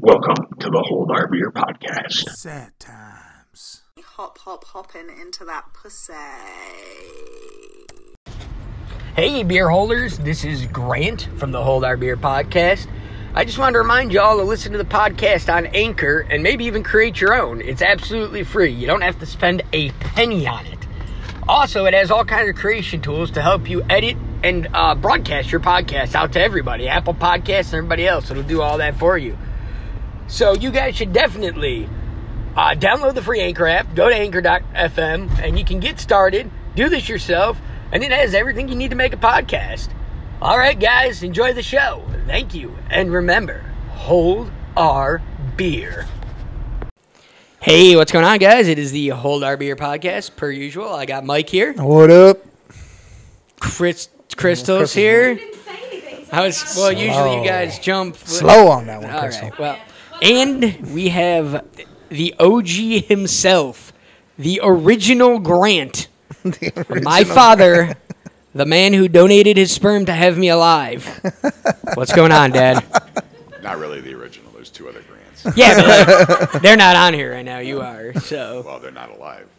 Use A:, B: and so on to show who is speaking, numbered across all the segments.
A: Welcome to the Hold Our Beer podcast.
B: Sad times.
C: Hop, hop, hopping into that pussy.
D: Hey, beer holders, this is Grant from the Hold Our Beer podcast. I just wanted to remind y'all to listen to the podcast on Anchor and maybe even create your own. It's absolutely free, you don't have to spend a penny on it. Also, it has all kinds of creation tools to help you edit and uh, broadcast your podcast out to everybody Apple Podcasts and everybody else. It'll do all that for you. So, you guys should definitely uh, download the free Anchor app, go to anchor.fm, and you can get started, do this yourself, and it has everything you need to make a podcast. All right, guys, enjoy the show. Thank you. And remember, hold our beer. Hey, what's going on, guys? It is the Hold Our Beer podcast, per usual. I got Mike here,
B: What up?
D: Oh. Chris, Crystal's here. I was, well, usually you guys jump
B: Slow Oh, on that one,
D: all
B: Crystal.
D: right. Well, and we have the OG himself, the original Grant, my father, the man who donated his sperm to have me alive. What's going on, Dad?
E: Not really the original. There's two other grants.
D: Yeah, but like, they're not on here right now. You are. So,
E: well, they're not alive.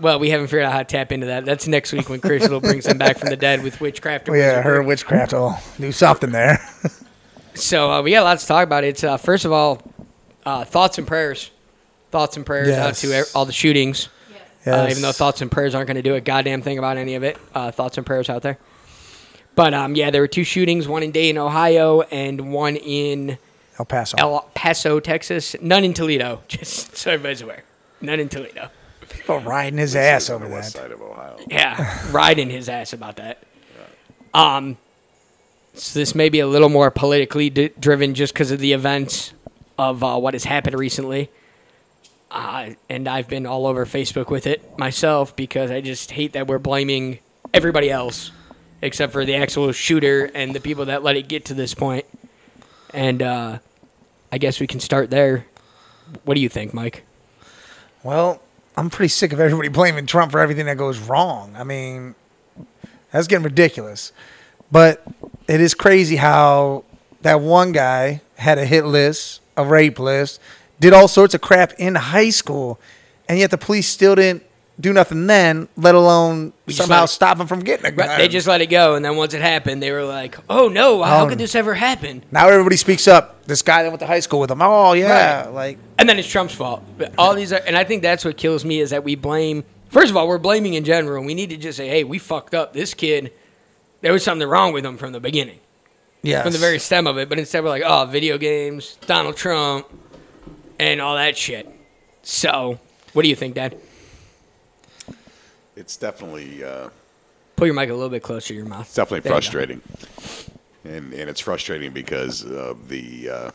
D: well, we haven't figured out how to tap into that. That's next week when Crystal brings him back from the dead with witchcraft. or
B: Oh, Yeah,
D: wizardry.
B: her witchcraft will do something there.
D: So uh, we got lots to talk about. It's uh, first of all, uh, thoughts and prayers, thoughts and prayers out
B: Yes.
D: to e- all the shootings. Uh,
B: Yes.
D: even though thoughts and prayers aren't going to do a goddamn thing about any of it, uh, thoughts and prayers out there. But um, yeah, there were two shootings, one in Dayton, Ohio, and one in
B: El Paso.
D: El Paso, Texas. None in Toledo, just so everybody's aware. None in Toledo.
B: People riding his ass
E: It's on
B: over
E: the west
B: that.
E: side of Ohio.
D: Yeah, riding his ass about that. Um, so this may be a little more politically d- driven just because of the events of uh, what has happened recently. Uh, and I've been all over Facebook with it myself because I just hate that we're blaming everybody else except for the actual shooter and the people that let it get to this point. And uh, I guess we can start there. What do you think, Mike?
B: Well, I'm pretty sick of everybody blaming Trump for everything that goes wrong. I mean, that's getting ridiculous. But it is crazy how that one guy had a hit list, a rape list, did all sorts of crap in high school, and yet the police still didn't do nothing then, let alone
D: just
B: somehow
D: let it-
B: stop him from getting a gun.
D: Right, they just let it go, and then once it happened, they were like, "Oh no, how
B: Oh.
D: could this ever happen?"
B: Now everybody speaks up. This guy that went to high school with him. Oh yeah,
D: Right.
B: like
D: And then it's Trump's fault. But all these are, and I think that's what kills me is that we blame. First of all, we're blaming in general. We need to just say, "Hey, we fucked up. This kid, there was something wrong with him from the beginning,
B: yeah,
D: from the very stem of it." But instead, we're like, "Oh, video games, Donald Trump, and all that shit." So, what do you think, Dad?
E: It's definitely uh,
D: Pull your mic a little bit closer to your mouth.
E: it's definitely
D: There you go.
E: frustrating, and and it's frustrating because of the uh,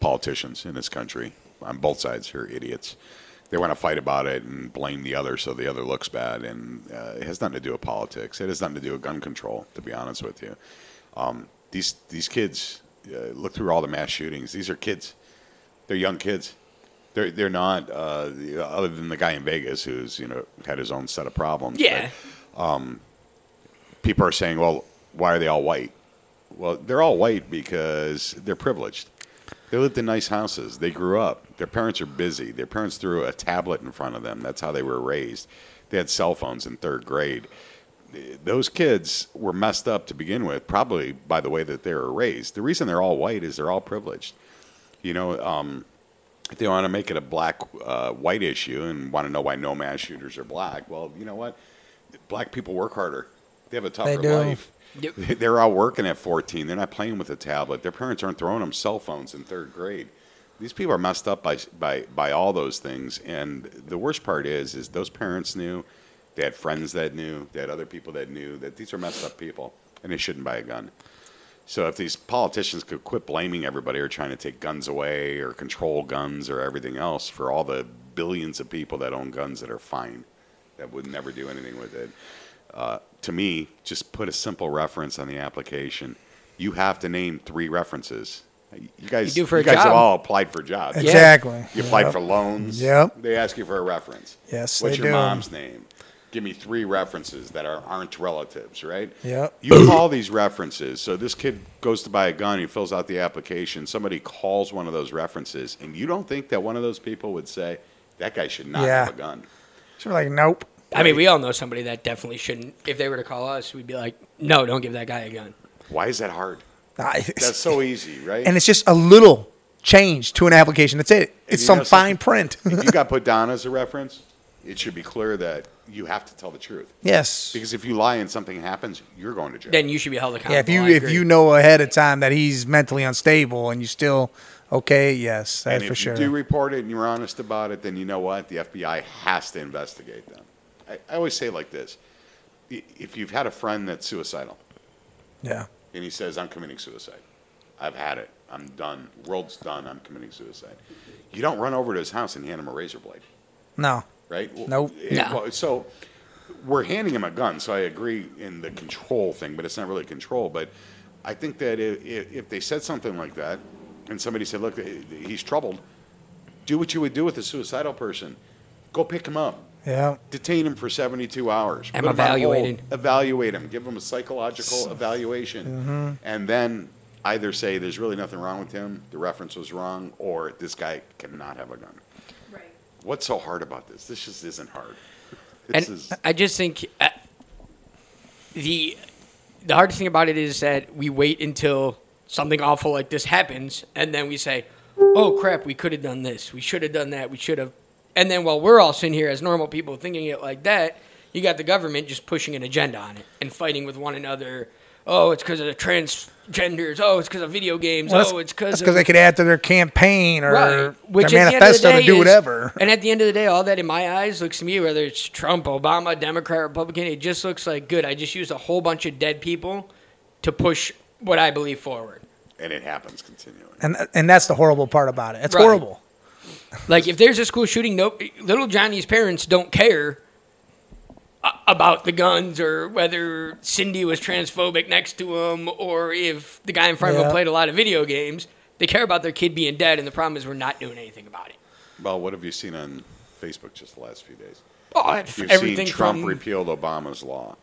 E: politicians in this country on both sides are idiots. They want to fight about it and blame the other, so the other looks bad, and uh, it has nothing to do with politics. It has nothing to do with gun control, to be honest with you. Um, these these kids uh, look through all the mass shootings. These are kids. They're young kids. They're they're not uh, the- other than the guy in Vegas who's you know had his own set of problems.
D: Yeah.
E: But, um, people are saying, well, why are they all white? Well, they're all white because they're privileged. They lived in nice houses. They grew up. Their parents are busy. Their parents threw a tablet in front of them. That's how they were raised. They had cell phones in third grade. Those kids were messed up to begin with, probably by the way that they were raised. The reason they're all white is they're all privileged. You know, um, if they want to make it a black uh, white issue and want to know why no mass shooters are black, well, you know what? Black people work harder. They have a tougher
B: do.
E: life.
D: Yep.
E: They- They're out working at 14. They're not playing with a tablet. Their parents aren't throwing them cell phones in third grade. These people are messed up by, by, by all those things. And the worst part is, is those parents knew, they had friends that knew, they had other people that knew that these are messed up people and they shouldn't buy a gun. So if these politicians could quit blaming everybody or trying to take guns away or control guns or everything else for all the billions of people that own guns that are fine, that would never do anything with it. Uh, to me, just put a simple reference on the application. You have to name three references. You guys,
D: You do for a
E: guys
D: job.
E: have all applied for jobs.
B: exactly.
E: You applied for loans.
B: Yep.
E: They ask you for a reference.
B: Yes,
E: What's
B: they
E: your
B: do.
E: mom's name? give me three references that are, aren't relatives, right?
B: Yep.
E: You call these references. So this kid goes to buy a gun, he fills out the application, somebody calls one of those references, and you don't think that one of those people would say, that guy should not
B: Yeah.
E: have a gun.
B: She'd be like, nope.
D: I mean, we all know somebody that definitely shouldn't. If they were to call us, we'd be like, no, don't give that guy a gun.
E: Why is that hard?
B: I-
E: That's so easy, right?
B: and it's just a little change to an application. That's it. It's
E: you
B: some
E: know
B: fine
E: something-
B: print.
E: if you got put down as a reference, it should be clear that you have to tell the truth.
B: yes.
E: Because if you lie and something happens, you're going to jail.
D: Then you should be held accountable.
B: Yeah, if you
D: I
B: if
D: agree.
B: you know ahead of time that he's mentally unstable and you still okay, yes,
E: and
B: that's
E: if
B: for sure.
E: you do report it and you're honest about it, then you know what? The FBI has to investigate them. I, I always say it like this I- if you've had a friend that's suicidal
B: yeah.
E: and he says, I'm committing suicide, I've had it, I'm done, world's done, I'm committing suicide, you don't run over to his house and hand him a razor blade.
B: No.
E: right? Well,
B: Nope.
E: it-
D: No.
E: well, so we're handing him a gun, so I agree in the control thing, but it's not really control. But I think that if, if they said something like that, and somebody said, "Look, eh, he's troubled," do what you would do with a suicidal person: go pick him up,
B: Yeah.
E: detain him for seventy-two hours,
D: And
E: put him on hold,
D: evaluated.
E: evaluate him, give him a psychological evaluation,
D: Mm-hmm.
E: and then either say there's really nothing wrong with him, the reference was wrong, or this guy cannot have a gun.
F: Right.
E: What's so hard about this? This just isn't hard. This
D: and
E: is
D: I just think uh, the the hardest thing about it is that we wait until something awful like this happens, and then we say, "Oh crap, we could have done this. We should have done that. We should have." And then while we're all sitting here as normal people thinking it like that, you got the government just pushing an agenda on it and fighting with one another. Oh, it's because of the transgenders. Oh, it's because of video games.
B: Well, that's-
D: oh, it's
B: that's
D: because
B: because they could add to their campaign or
D: Which
B: their
D: at the end of the
B: manifesto
D: day
B: to do
D: is-
B: whatever.
D: And at the end of the day, all that in my eyes looks to me, whether it's Trump, Obama, Democrat, Republican, it just looks like good. I just used a whole bunch of dead people to push what I believe forward.
E: and it happens continually.
B: And and that's the horrible part about it. It's
D: Right.
B: horrible.
D: Like if there's a school shooting, no, little Johnny's parents don't care a- about the guns or whether Cindy was transphobic next to him or if the guy in front of him
B: Yeah.
D: played a lot of video games. They care about their kid being dead, and the problem is we're not doing anything about it.
E: Well, what have you seen on Facebook just the last few days?
D: Oh,
E: You've
D: everything
E: seen Trump
D: from
E: repealed Obama's law.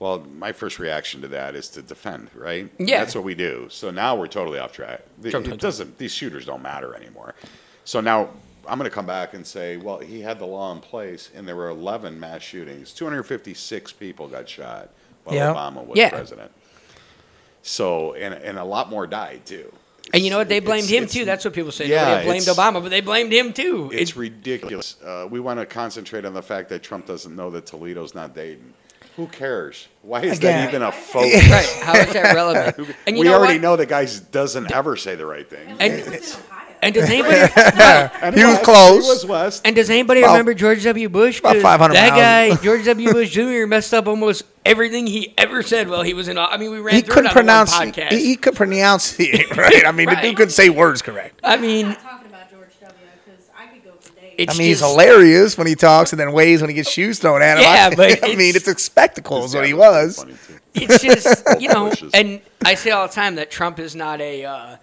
E: Well, my first reaction to that is to defend, right?
D: Yeah.
E: That's what we do. So now we're totally off track. It,
D: Trump-
E: it doesn't, these shooters don't matter anymore. So now I'm going to come back and say, well, he had the law in place and there were 11 mass shootings. 256 people got shot while
B: Yeah.
E: Obama was
D: Yeah.
E: president. So, and, and a lot more died too.
D: And you know what? They
E: It's-
D: blamed him
E: it's-
D: too. That's what people say.
E: Yeah,
D: Nobody blamed
E: it's-
D: Obama, but they blamed him too.
E: It's
D: It-
E: ridiculous. Uh, we want to concentrate on the fact that Trump doesn't know that Toledo's not Dayton. Who cares? Why is
B: Again.
E: that even a
F: Right.
E: focus?
D: right. How is that relevant? And you
E: we
D: know
E: already
D: what?
E: know the guy doesn't ever say the right thing.
F: And
D: And-
F: he was in Ohio.
D: And does anybody
E: And
B: He was
E: West,
B: close.
E: He was West.
D: and does anybody
B: About-
D: remember George W. Bush?
B: about
D: 'Cause
B: 500
D: That
B: miles.
D: guy, George W. Bush Jr., messed up almost everything he ever said while he was in. I mean, we ran
B: He
D: through it
B: couldn't
D: on the one
B: pronounce
D: podcast.
B: he, he could pronounce it, right? I mean the
D: Right.
B: dude couldn't say words correct.
D: I
F: I'm
D: mean,
F: not talking about George W. because I could go for days.
D: It's-
B: I mean he's
D: just-
B: hilarious when he talks and then waves when he gets shoes thrown at him.
D: Yeah,
B: I,
D: but
B: I mean
D: it's-
B: it's a spectacle is
E: Yeah,
B: what he
E: that was
B: was.
E: funny, too.
D: it's just you know.
E: Bushes.
D: And I say all the time that Trump is not a. Uh,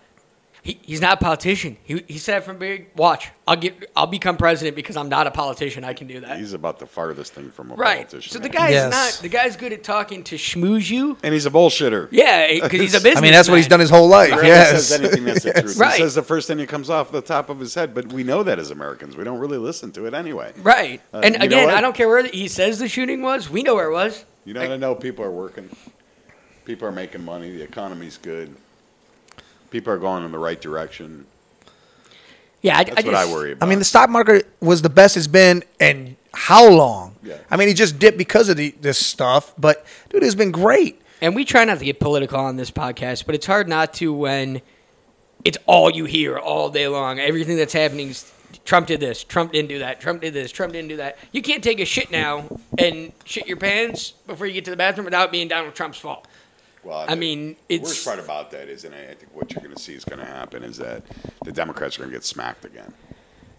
D: he, he's not a politician. He, he said from big watch. I'll get. I'll become president because I'm not a politician. I can do that.
E: He's about the farthest thing from a
D: Right.
E: politician.
D: So the guy's
B: Yes.
D: not. The guy's good at talking to schmooze you.
E: and he's a bullshitter.
D: Yeah, because he's a business.
B: I mean that's what he's done his whole life.
E: He rarely
B: Yes.
E: says anything that's the truth.
D: Right.
E: He says the first thing that comes off the top of his head, but we know that as Americans. We don't really listen to it anyway.
D: Right.
E: Uh, you
D: and
E: know
D: again,
E: what?
D: I don't care where the, he says the shooting was. We know where it was.
E: You know, I know people are working. People are making money. The economy's good. People are going in the right direction.
D: Yeah, I,
E: That's
D: I
E: what I
D: just-
E: worry about.
B: I mean, the stock market was the best it's been in how long?
E: Yeah.
B: I mean, it just dipped because of the, this stuff, but dude, it's been great.
D: And we try not to get political on this podcast, but it's hard not to when it's all you hear all day long. Everything that's happening is Trump did this, Trump didn't do that, Trump did this, Trump didn't do that. You can't take a shit now and shit your pants before you get to the bathroom without being Donald Trump's fault.
E: well,
D: I mean,
E: the
D: it's-
E: worst part about that is, and I I think what you're going to see is going to happen is that the Democrats are going to get smacked again.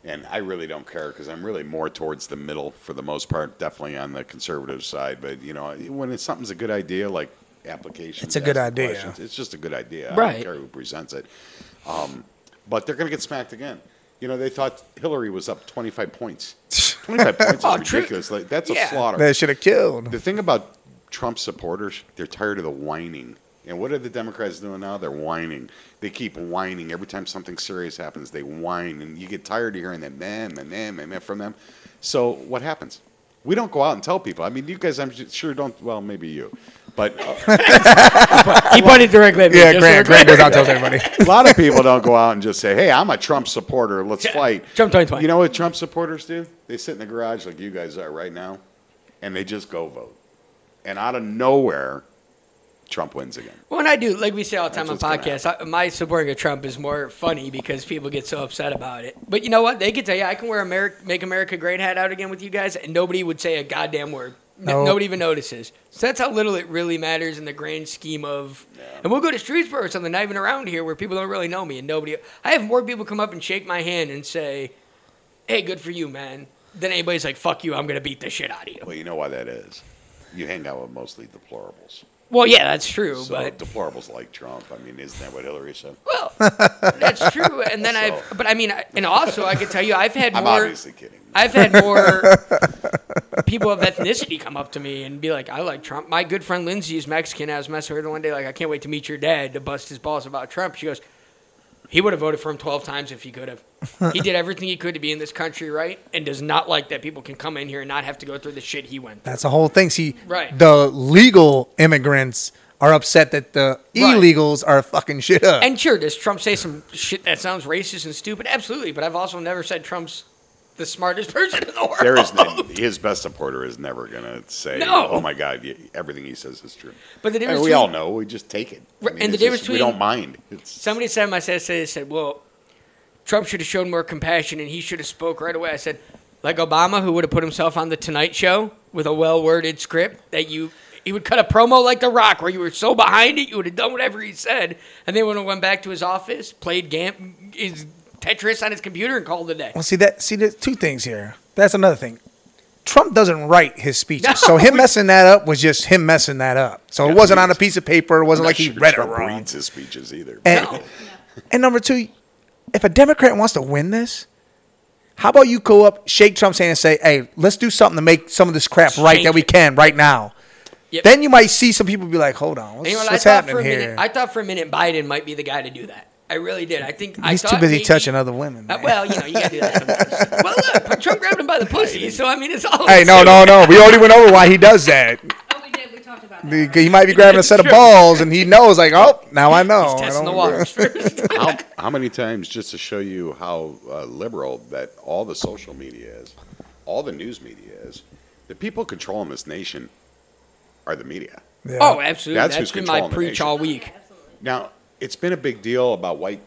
E: And I really don't care because I'm really more towards the middle for the most part, definitely on the conservative side. But you know, when it's, something's a good idea, like application,
B: It's a good idea.
E: It's just a good idea. I
D: Right.
E: don't care who presents it. Um, but they're going to get smacked again. You know, they thought Hillary was up 25 points. 25 points
D: Oh,
E: is
D: true.
E: ridiculous. Like, that's
D: Yeah.
E: a slaughter.
B: They should have killed.
E: The thing about Trump supporters, they're tired of the whining. And what are the Democrats doing now? They're whining. They keep whining. Every time something serious happens, they whine. And you get tired of hearing them, them, and them, and them from them. So what happens? We don't go out and tell people. I mean, you guys, I'm ju- sure, don't, well, maybe you. But uh,
D: He pointed directly at me.
B: Yeah,
D: just
B: Grant.
D: so we're
B: Grant
D: clear.
B: goes out and tells everybody.
E: a lot of people don't go out and just say, hey, I'm a Trump supporter. Let's fight.
D: Trump 2020.
E: You know what Trump supporters do? They sit in the garage like you guys are right now, and they just go vote. And out of nowhere, Trump wins again.
D: When I do, like we say all the time on
E: That's what's gonna
D: podcasts, I, my supporting of Trump is more funny because people get so upset about it. But you know what? They could say, yeah, I can wear America, make America great hat out again with you guys, and nobody would say a goddamn word. N-
B: No.
D: Nobody even notices. So that's how little it really matters in the grand scheme of. And we'll go to Streetsboro or something, not even around here, where people don't really know me, and nobody. I have more people come up and shake my hand and say, "Hey, good for you, man." Than anybody's like, "Fuck you, I'm gonna beat the shit out of you."
E: Well, you know why that is. You hang out with mostly deplorables.
D: Well, yeah, that's true,
E: So
D: Oh, but
E: deplorables like Trump. I mean, isn't that what Hillary said?
D: Well, that's true. And then I've, but I mean, I- and also I can tell you, I've had
E: I'm
D: more.
E: obviously kidding.
D: I've had more people of ethnicity come up to me and be like, "I like Trump." My good friend Lindsay is Mexican. I was messing with her one day, like, "I can't wait to meet your dad to bust his balls about Trump." She goes, "He would have voted for him twelve times if he could have. He did everything he could to be in this country, right? And does not like that people can come in here and not have to go through the shit he went." through.
B: That's the whole thing. See,
D: Right.
B: the legal immigrants are upset that the
D: Right.
B: illegals are fucking shit up.
D: And sure, does Trump say some shit that sounds racist and stupid? Absolutely. But I've also never said Trump's the smartest person in the world.
E: There is no, his best supporter is never going to say,
D: No.
E: "Oh my God, y- everything he says is true."
D: But the
E: And
D: difference
E: we
D: between-
E: all know. We just take it.
D: Right, and the
E: it's
D: difference
E: just- we
D: between-
E: don't mind. It's,
D: Somebody said my said they said, "Well, Trump should have shown more compassion and he should have spoke right away." I said, "Like Obama, who would have put himself on the Tonight Show with a well-worded script that you." He would cut a promo like The Rock, where you were so behind it, you would have done whatever he said, and then would have went back to his office, played gam- his Tetris on his computer, and called it a day.
B: Well, see that. See, there's two things here. That's another thing. Trump doesn't write his speeches,
D: No.
B: so him messing that up was just him messing that up. So it wasn't on a piece of paper. It
E: I'm
B: wasn't
E: not
B: like he
E: sure
B: read
E: Trump
B: it wrong.
E: reads his speeches either.
B: And,
D: No.
B: and number two, if a Democrat wants to win this, how about you go up, shake Trump's hand, and say, "Hey, let's do something to make some of this crap right
D: Change
B: that we
D: it."
B: can right now."
D: Yep.
B: Then you might see some people be like, "Hold on, what's,
D: And you know what?
B: what's
D: I thought for
B: happening
D: a
B: here?"
D: minute, I thought for a minute Biden might be the guy to do that. I really did. I think I
B: He's too
D: thought
B: busy
D: maybe-
B: touching other women,
D: Uh,
B: man.
D: well, you know, you gotta do that. Sometimes. well, look, Trump grabbed him by the pussy, so I mean, it's all.
B: hey, no, no, no. We already went over why he does that.
F: Oh, we did. We talked about that.
B: He might be grabbing a set of
D: Sure.
B: balls, and he knows, like, "Oh, now I know."
D: He's
B: I
D: testing
B: don't-
D: the waters first.
E: how, how many times just to show you how uh, liberal that all the social media is, all the news media is, the people controlling this nation are the media.
B: Yeah.
D: Oh, absolutely.
E: That's
D: That's
E: who's
D: been my
E: controlling the
D: preach
E: nation.
D: all
F: Oh, yeah,
D: week.
F: absolutely.
E: Now it's been a big deal about white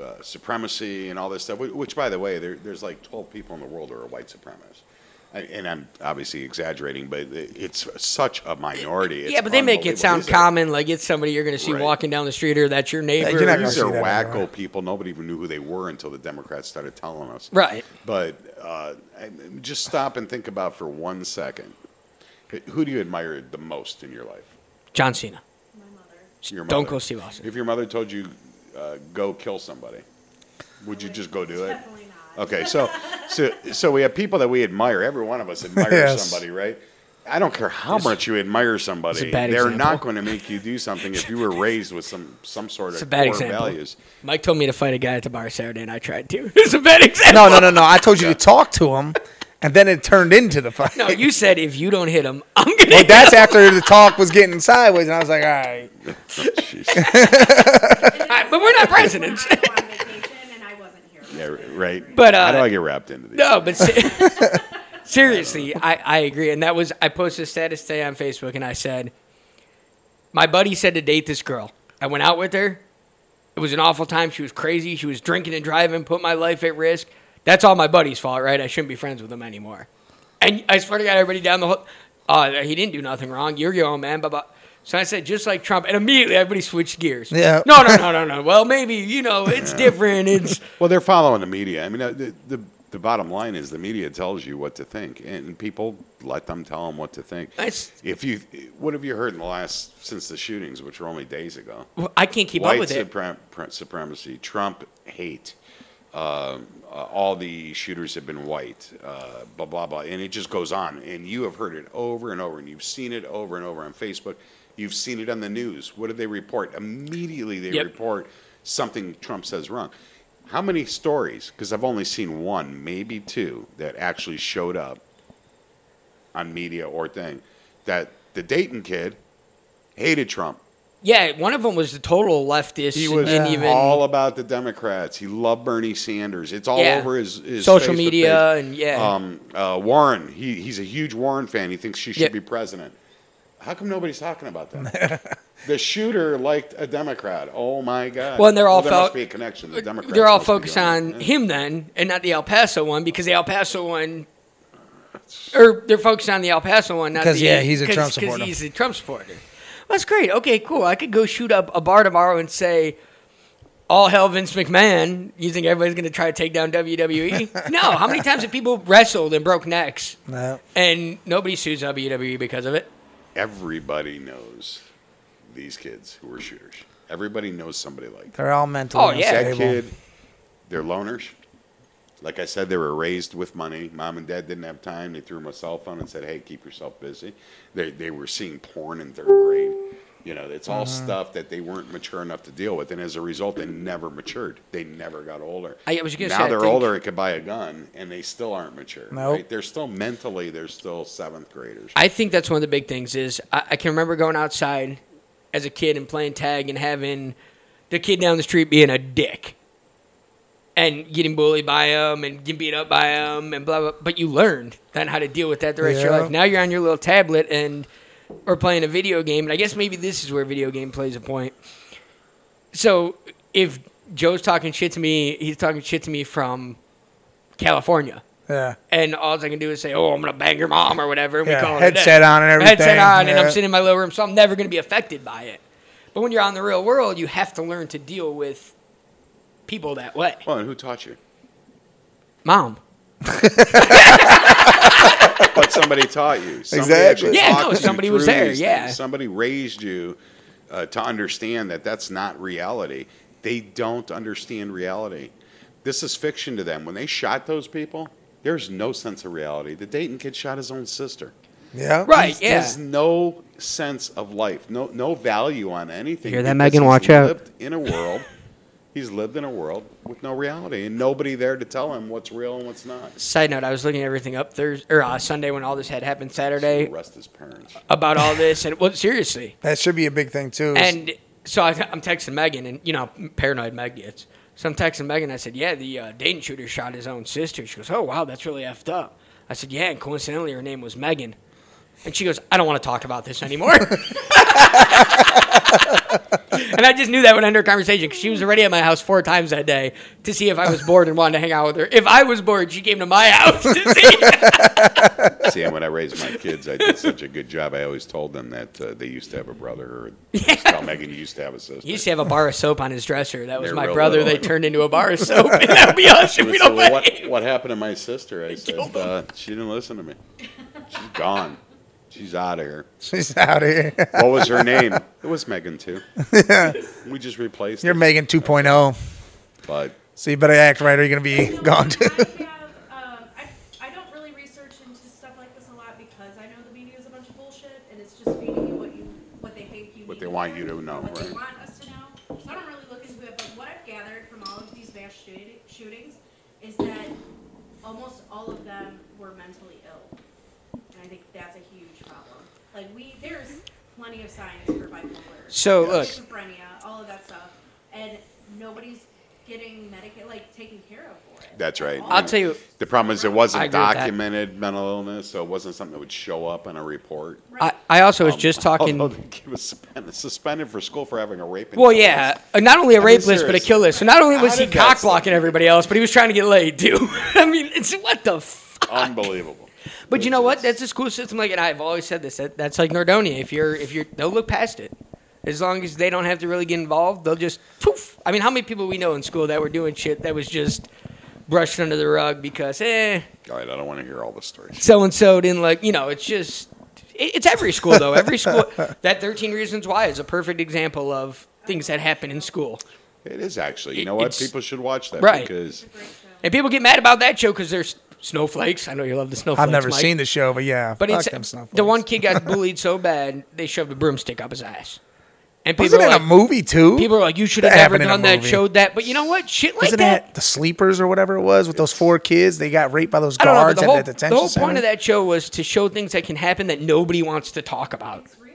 E: uh, supremacy and all this stuff. whi- Which, by the way, there, there's like 12 people in the world who are white supremacists. I- And I'm obviously exaggerating, but it- it's such a minority. It's
D: yeah, but they make it
E: unbelievable.
D: sound
E: These are-
D: common, like it's somebody you're going to see
E: Right.
D: walking down the street, or that's your neighbor.
B: you're not gonna
E: These
B: see
E: are
B: that
E: wacko
B: anywhere.
E: people. Nobody even knew who they were until the Democrats started telling us.
D: right.
E: But uh, I- just stop and think about for one second. Who do you admire the most in your life?
D: John Cena.
F: My mother.
E: Your
D: Don't
E: mother.
D: go Steve Austin.
E: If your mother told you, uh, go kill somebody, would you just go do it?
F: Definitely not.
E: Okay, so so so we have people that we admire. Every one of us admires
B: Yes.
E: somebody, right? I don't care how much you admire somebody.
D: it's a bad
E: They're not
D: example.
E: going to make you do something if you were raised with some some sort
D: It's a
E: of
D: bad
E: core
D: example.
E: values.
D: Mike told me to fight a guy at the bar Saturday, and I tried to. it's a bad example.
B: No, no, no, no. I told you to talk to him, and then it turned into the fight.
D: No, you said if you don't hit him, I'm going to.
B: But that's after the talk was getting sideways, and I was like, all right.
E: Oh, Jeez.
D: but we're not presidents.
F: When I go on vacation and I wasn't here.
E: yeah, right.
D: But, uh,
E: how do I get wrapped into these?
D: No, but se- seriously, I, I agree. And that was, I posted a status today on Facebook and I said, My buddy said to date this girl. I went out with her. It was an awful time. She was crazy. She was drinking and driving, put my life at risk. That's all my buddy's fault, right? I shouldn't be friends with him anymore. And I swear to God, everybody down the whole, uh, he didn't do nothing wrong. You're your own man, blah, blah. So I said, just like Trump. And immediately everybody switched gears.
B: Yeah.
D: No, no, no, no, no. Well, maybe, you know, it's different. It's.
E: Well, they're following the media. I mean, uh, the, the the bottom line is the media tells you what to think, and people let them tell them what to think.
D: That's-
E: If you, what have you heard in the last since the shootings, which were only days ago?
D: I can't keep up
E: White
D: with it.
E: suprem- pre- supremacy, Trump hate, um, uh, all the shooters have been white, uh, blah, blah, blah. And it just goes on. And you have heard it over and over, and you've seen it over and over on Facebook. You've seen it on the news. What do they report? Immediately they
D: Yep.
E: report something Trump says wrong. How many stories, because I've only seen one, maybe two, that actually showed up on media or thing, that the Dayton kid hated Trump.
D: Yeah, one of them was the total leftist.
E: He
D: and
E: was
D: didn't even
E: all about the Democrats. He loved Bernie Sanders. It's all
D: Yeah.
E: over his, his
D: social
E: Facebook
D: media
E: page.
D: and yeah.
E: Um, uh, Warren, he, he's a huge Warren fan. He thinks she should
D: Yep.
E: be president. How come nobody's talking about that? the shooter liked a Democrat. Oh my God!
D: Well, and they're all
E: there
D: fo-
E: must be a connection. The Democrats
D: they're all
E: must be
D: focused
E: doing
D: on
E: it.
D: him then, and not the El Paso one, because the El Paso one, or they're focused on the El Paso one, not
B: 'Cause,
D: the-
B: yeah, he's a
D: 'cause-
B: Trump
D: 'cause
B: supporter.
D: he's a Trump supporter. That's great. Okay, cool. I could go shoot up a bar tomorrow and say, "All hell Vince McMahon." You think everybody's going to try to take down WWE? no. How many times have people wrestled and broke necks,
B: No.
D: and nobody sues WWE because of it?
E: Everybody knows these kids who are shooters. Everybody knows somebody like that.
B: They're all mentally
D: Oh, yeah.
E: that
B: unstable.
E: kid, they're loners. Like I said, they were raised with money. Mom and dad didn't have time. They threw them a cell phone and said, "Hey, keep yourself busy." They they were seeing porn in third grade. You know, it's all
D: Uh-huh.
E: stuff that they weren't mature enough to deal with, and as a result, they never matured. They never got older.
D: I was gonna
E: now
D: say, I
E: they're
D: think-
E: older. It could buy a gun, and they still aren't mature.
B: Nope.
E: They're still mentally. They're still seventh graders.
D: I think that's one of the big things is I, I can remember going outside as a kid and playing tag and having the kid down the street being a dick and getting bullied by him and getting beat up by him and blah blah. But you learned then how to deal with that the rest of your
B: Yeah.
D: life. Now you're on your little tablet and or playing a video game. And I guess maybe this is where video game plays a point. So if Joe's talking shit to me, he's talking shit to me from California
B: Yeah.
D: and all I can do is say, "Oh, I'm gonna bang your mom" or whatever. and
B: Yeah,
D: we call it a
B: headset
D: day.
B: on and everything,
D: Headset on, and I'm
B: yeah.
D: sitting in my little room, so I'm never gonna be affected by it. But when you're on the real world, you have to learn to deal with people that way.
E: well, and who taught you?
D: Mom,
E: but somebody taught you. Somebody
B: Exactly.
E: actually
D: Yeah, no,
E: talked you
D: somebody was
E: through
D: there,
E: these
D: yeah.
E: things. Somebody raised you uh, to understand that that's not reality. They don't understand reality. This is fiction to them. When they shot those people, there's no sense of reality. The Dayton kid shot his own sister.
B: Yeah.
D: right?
E: There's-
D: Yeah,
E: There's no sense of life, no no value on anything.
D: Hear that,
E: because
D: Megan?
E: he's
D: Watch out.
E: Lived in a world, he's lived in a world with no reality and nobody there to tell him what's real and what's not.
D: Side note: I was looking everything up Thursday or uh, Sunday when all this had happened.
E: So
D: Saturday
E: arrest his parents.
D: about all this, and well, seriously,
B: That should be a big thing too. is-
D: And so I, I'm texting Megan, and you know, how paranoid Meg gets. So I'm texting Megan. I said, "Yeah, the uh, Dayton shooter shot his own sister." She goes, "Oh wow, that's really effed up." I said, "Yeah," and coincidentally, her name was Megan. And she goes, "I don't want to talk about this anymore." and I just knew that would end our conversation because she was already at my house four times that day to see if I was bored and wanted to hang out with her. If I was bored, she came to my house to see.
E: See, and when I raised my kids, I did such a good job. I always told them that uh, they used to have a brother, or I used to tell Megan you used to have a sister.
D: He used to have a bar of soap on his dresser. That was
E: They're
D: my
E: real
D: brother.
E: little.
D: They turned into a bar of soap, and that'll be us if
E: She
D: we
E: said,
D: don't
E: "Well,
D: behave."
E: what, what happened to my sister? I said uh, she didn't listen to me. She's gone. She's out of here.
B: she's out of here.
E: What was her name? It was Megan too. We just replaced.
B: You're
E: it.
B: Megan 2.0,
E: But
B: so you better act right, or you're gonna be
F: No,
B: gone.
F: I
B: Too.
F: have, um, I, I don't really research into stuff like this a lot because I know the media is a bunch of bullshit and it's just feeding you what you, what they think you
E: What
F: need
E: they want
F: hear,
E: you to know,
F: What
E: right.
F: they want us to know. So I don't really look into it, but what I've gathered from all of these mass shooting- shootings is that almost all of them were mentally ill. And I think that's a huge problem. Like we, there's plenty of signs for bipolar.
D: So, look.
F: Schizophrenia, all of that stuff. And nobody's getting medicated, like taken care of for it.
E: that's right.
D: I'll tell you-
E: The problem is it
D: I
E: wasn't
D: agree with that.
E: documented mental illness, so it wasn't something that would show up in a report. Um,
D: I, I also was just talking.
E: Although the kid was suspended, suspended for school for having a rape.
D: well,
E: incident.
D: yeah, uh, not only a
E: mean,
D: rape list, but a
E: seriously.
D: kill list. So not only was
E: How
D: he
E: did that
D: cock blocking everybody else, but he was trying to get laid too. I mean, it's what the. F-
E: unbelievable.
D: but you know what? That's a school system. Like, and I've always said this. That, that's like Nordonia. If you're, if you're, they'll look past it. As long as they don't have to really get involved, they'll just. Poof. I mean, how many people we know in school that were doing shit that was just brushed under the rug because eh,
E: All right, I don't want to hear all the stories.
D: so and so didn't like you know it's just it- it's every school though every school that 13 reasons why is a perfect example of things that happen in school
E: It is actually. You
D: It-
E: know what?
D: it's-
E: People should watch that
D: Right.
E: because
F: It's a great show.
D: And people get mad about that show because there's snowflakes. I know you love the snowflakes.
B: I've never
D: Mike.
B: seen the show, but yeah.
D: But
B: fuck
D: it's
B: them snowflakes.
D: the one kid got bullied so bad they shoved a broomstick up his ass. And people
B: Wasn't
D: are
B: it
D: like,
B: a movie too?
D: people are like, you should have
B: That
D: never
B: happened in a
D: done that,
B: movie.
D: showed that. But you know what? Shit like
B: Wasn't
D: that.
B: it the sleepers or whatever it was with those four kids? They got raped by those
D: I don't know.
B: guards
D: But the
B: at
D: whole,
B: the
D: the
B: detention
D: whole point
B: center?
D: of that show was to show things that can happen that nobody wants to talk about.
F: It's real.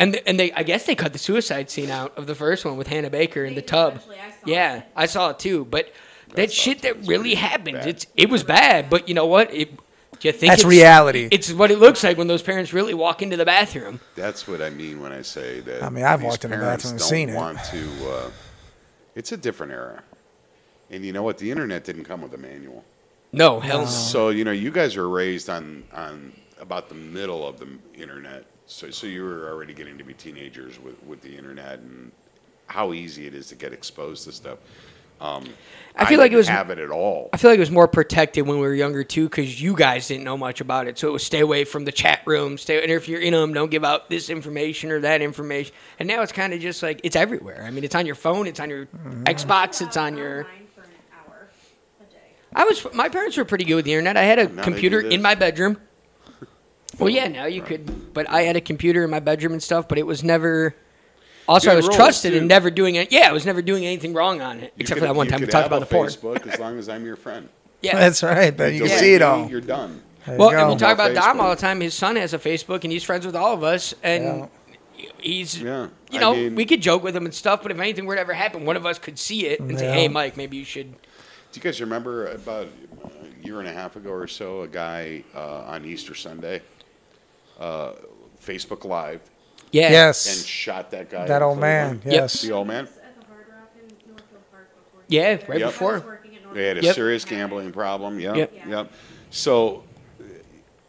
D: And th- and they I guess they cut the suicide scene out of the first one with Hannah Baker in the
F: They did,
D: tub.
F: actually. I saw
D: yeah,
F: it.
D: I saw it too. But that shit that really happened.
E: bad.
D: It's it was bad, but you know what? It do you think
B: That's
D: it's-
B: reality.
D: It's what it looks like when those parents really walk into the bathroom.
E: That's what I mean when I say that.
B: I mean, I've
E: these
B: walked in the
E: parents
B: bathroom and
E: don't
B: seen it.
E: want to. Uh, it's a different era, and you know what? The internet didn't come with a manual,
D: No, hell
B: Oh.
D: no.
B: Uh.
E: so you know you guys were raised on on about the middle of the internet. So so you were already getting to be teenagers with with the internet and how easy it is to get exposed to stuff. Um,
D: I feel like it
E: didn't
D: was-
E: have it at all.
D: I feel like it was more protected when we were younger too, because you guys didn't know much about it. So it was stay away from the chat room. Stay, and if you're in them, don't give out this information or that information. And now it's kind of just like it's everywhere. I mean, it's on your phone, it's on your
B: Mm-hmm.
D: Xbox, it's on your.
F: Online for an hour a day.
D: I was my parents were pretty good with the internet. I had a
E: Now they
D: computer
E: do
D: in
E: this.
D: my bedroom. Well, yeah, now you could, but I had a computer in my bedroom and stuff. But it was never. Also,
E: You
D: I
E: had
D: was
E: rules,
D: trusted in
E: too.
D: never doing it. Yeah, I was never doing anything wrong on it,
E: You
D: except
E: could-
D: for that one
E: you
D: time we
E: could
D: talked
E: have
D: about
E: a
D: the porn.
E: Facebook as long as I'm your friend.
D: Yeah,
B: That's right. Then you can see it all.
E: You're done.
B: There you
D: Well, and
B: go.
D: we talk about Dom
E: Facebook.
D: all the time. His son has a Facebook, and he's friends with all of us, and he's
E: Yeah,
D: you
E: I
D: know
E: mean-
D: we could joke with him and stuff. But if anything were to ever happen, one of us could see it and say,
B: Yeah.
D: "Hey, Mike, maybe you should."
E: Do you guys remember about a year and a half ago or so, a guy uh, on Easter Sunday, uh, Facebook Live,
D: Yeah.
E: and
B: Yes.
E: shot that guy?
B: That
E: in
B: old man.
E: Cleveland?
D: Yep.
B: Yes.
E: The old man.
F: It's at the Hard Rock in Northfield Park before.
D: Yeah,
F: you
D: right
F: got there.
E: Yep.
D: before.
F: I was working at
E: They had a
F: Northfield.
E: serious gambling problem. Yep,
D: Yep.
E: yep. So uh,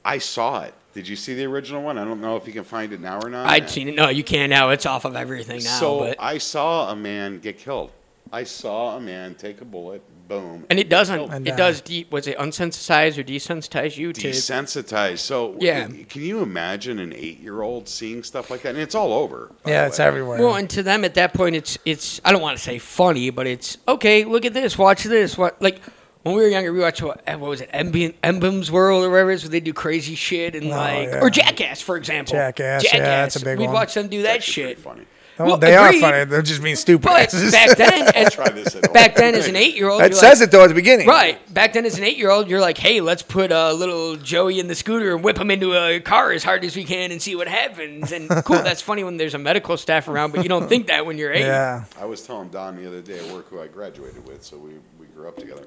E: I saw it. Did you see the original one? I don't know if you can find it now or not.
D: I'd seen it. No, you can't now. It's off of everything now.
E: So
D: but,
E: I saw a man get killed. I saw a man take a bullet. Boom.
D: and it doesn't.
B: And,
D: it
B: uh,
D: does. De- was it unsensitize or desensitize you to?
E: desensitized. So
D: Yeah.
E: can you imagine an eight-year-old seeing stuff like that? And it's all over. by
B: Yeah,
E: the
B: it's
E: way.
B: everywhere.
D: Well, and to them at that point, it's it's. I don't want to say funny, but it's okay. Look at this. Watch this. What like when we were younger, we watched what, eh, what was it, Embi- Emblem's World or whatever it is, where they do crazy shit and
B: Oh,
D: like
B: yeah.
D: or Jackass, for example.
B: Jackass, yeah, that's a big
D: We'd
B: one.
D: watch them do
E: It's
D: that
E: actually
D: shit.
E: pretty Funny.
B: Oh,
D: well,
B: they
D: agreed.
B: are funny. They're just being stupid.
D: But
B: asses.
D: back then, as,
E: Try this at home.
D: back then as an eight-year-old,
B: that
D: you're
B: says
D: like,
B: it though at the beginning.
D: Right. Back then, as an eight year old, you're like, hey, let's put uh, little Joey in the scooter and whip him into a car as hard as we can and see what happens. And cool, that's funny when there's a medical staff around, but you don't think that when you're eight.
B: Yeah.
E: I was telling Don the other day at work who I graduated with, so we, we grew up together.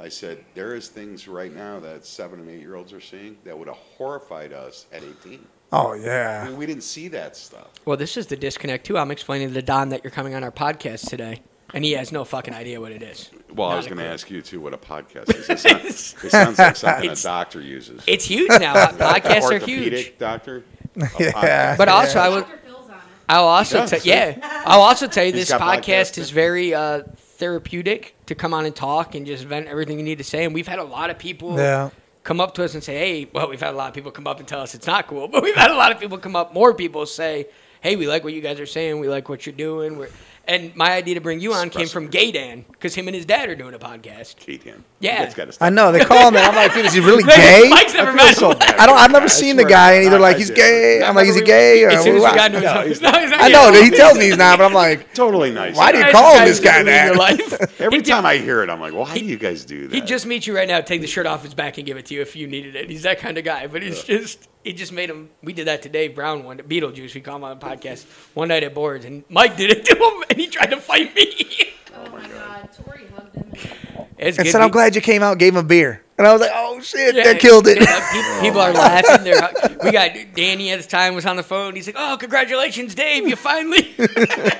E: I said, there is things right now that seven and eight-year-olds are seeing that would have horrified us at 18.
B: Oh
E: I
B: yeah.
E: mean, we didn't see that stuff.
D: Well, this is the disconnect, too. I'm explaining to Don that you're coming on our podcast today, and he has no fucking idea what it is.
E: Well, I
D: Not
E: was
D: a
E: going to
D: clue.
E: ask you, too, what a podcast is. It's not, it sounds like something a
D: It's-
E: doctor uses.
D: It's huge now. Podcasts are
E: Orthopedic
D: huge.
E: doctor?
B: Yeah.
D: But also, I
F: Dr.
D: would.
F: Phil's on it.
D: I'll also
E: does,
D: tell
E: see?
D: yeah. I'll also tell you this
E: got
D: podcast
E: podcasts,
D: is
E: man.
D: very uh, therapeutic to come on and talk and just vent everything you need to say. And we've had a lot of people
B: Yeah.
D: come up to us and say, "Hey," well, we've had a lot of people come up and tell us it's not cool, but we've had a lot of people come up. More people say, "Hey, we like what you guys are saying. We like what you're doing." We're, and my idea to bring you on came from Gay Dan because him and his dad are doing a podcast.
E: Kate him.
D: Yeah.
E: It's got to stop.
B: I know they call him that. I'm like, dude, is he really
D: Like,
B: gay?
D: Mike's never
E: I
D: met
E: feel
D: him.
E: so bad
B: I don't.
E: for
B: I've
E: the
B: never
E: guy. I
B: seen the
E: swear
B: guy,
E: to
B: and either
E: God,
B: like
E: I
B: he's
E: did.
B: gay. I'm like, is he gay? Or
D: As soon as we
B: what?
D: got into his
E: No,
D: house,
E: he's
D: no,
E: not.
D: he's not
B: I
D: gay.
B: know. dude, He tells me he's not, but I'm like,
E: Totally nice.
B: Why do you
E: guy.
D: Nice
B: call him
D: guy
B: this
D: who's
B: guy
D: living your
B: that?
D: life.
E: Every
D: He did-
E: time I hear it, I'm like, why do you guys do that?
D: He'd just meet you right now, take the shirt off his back, and give it to you if you needed it. He's that kind of guy. But it's just, it just made him. We did that to Dave Brown one, Beetlejuice. We call him on the podcast one night at boards, and Mike did it to him, and he tried to fight me.
F: Oh my god, Tori hugged him. and-
D: It's
B: and
D: good.
B: said,
D: We-
B: "I'm glad you came out." Gave him a beer, and I was like, "Oh shit,
D: yeah,
B: that killed it."
D: yeah, people, people are laughing. They're, we got Danny at the time was on the phone. He's like, "Oh, congratulations, Dave! You finally."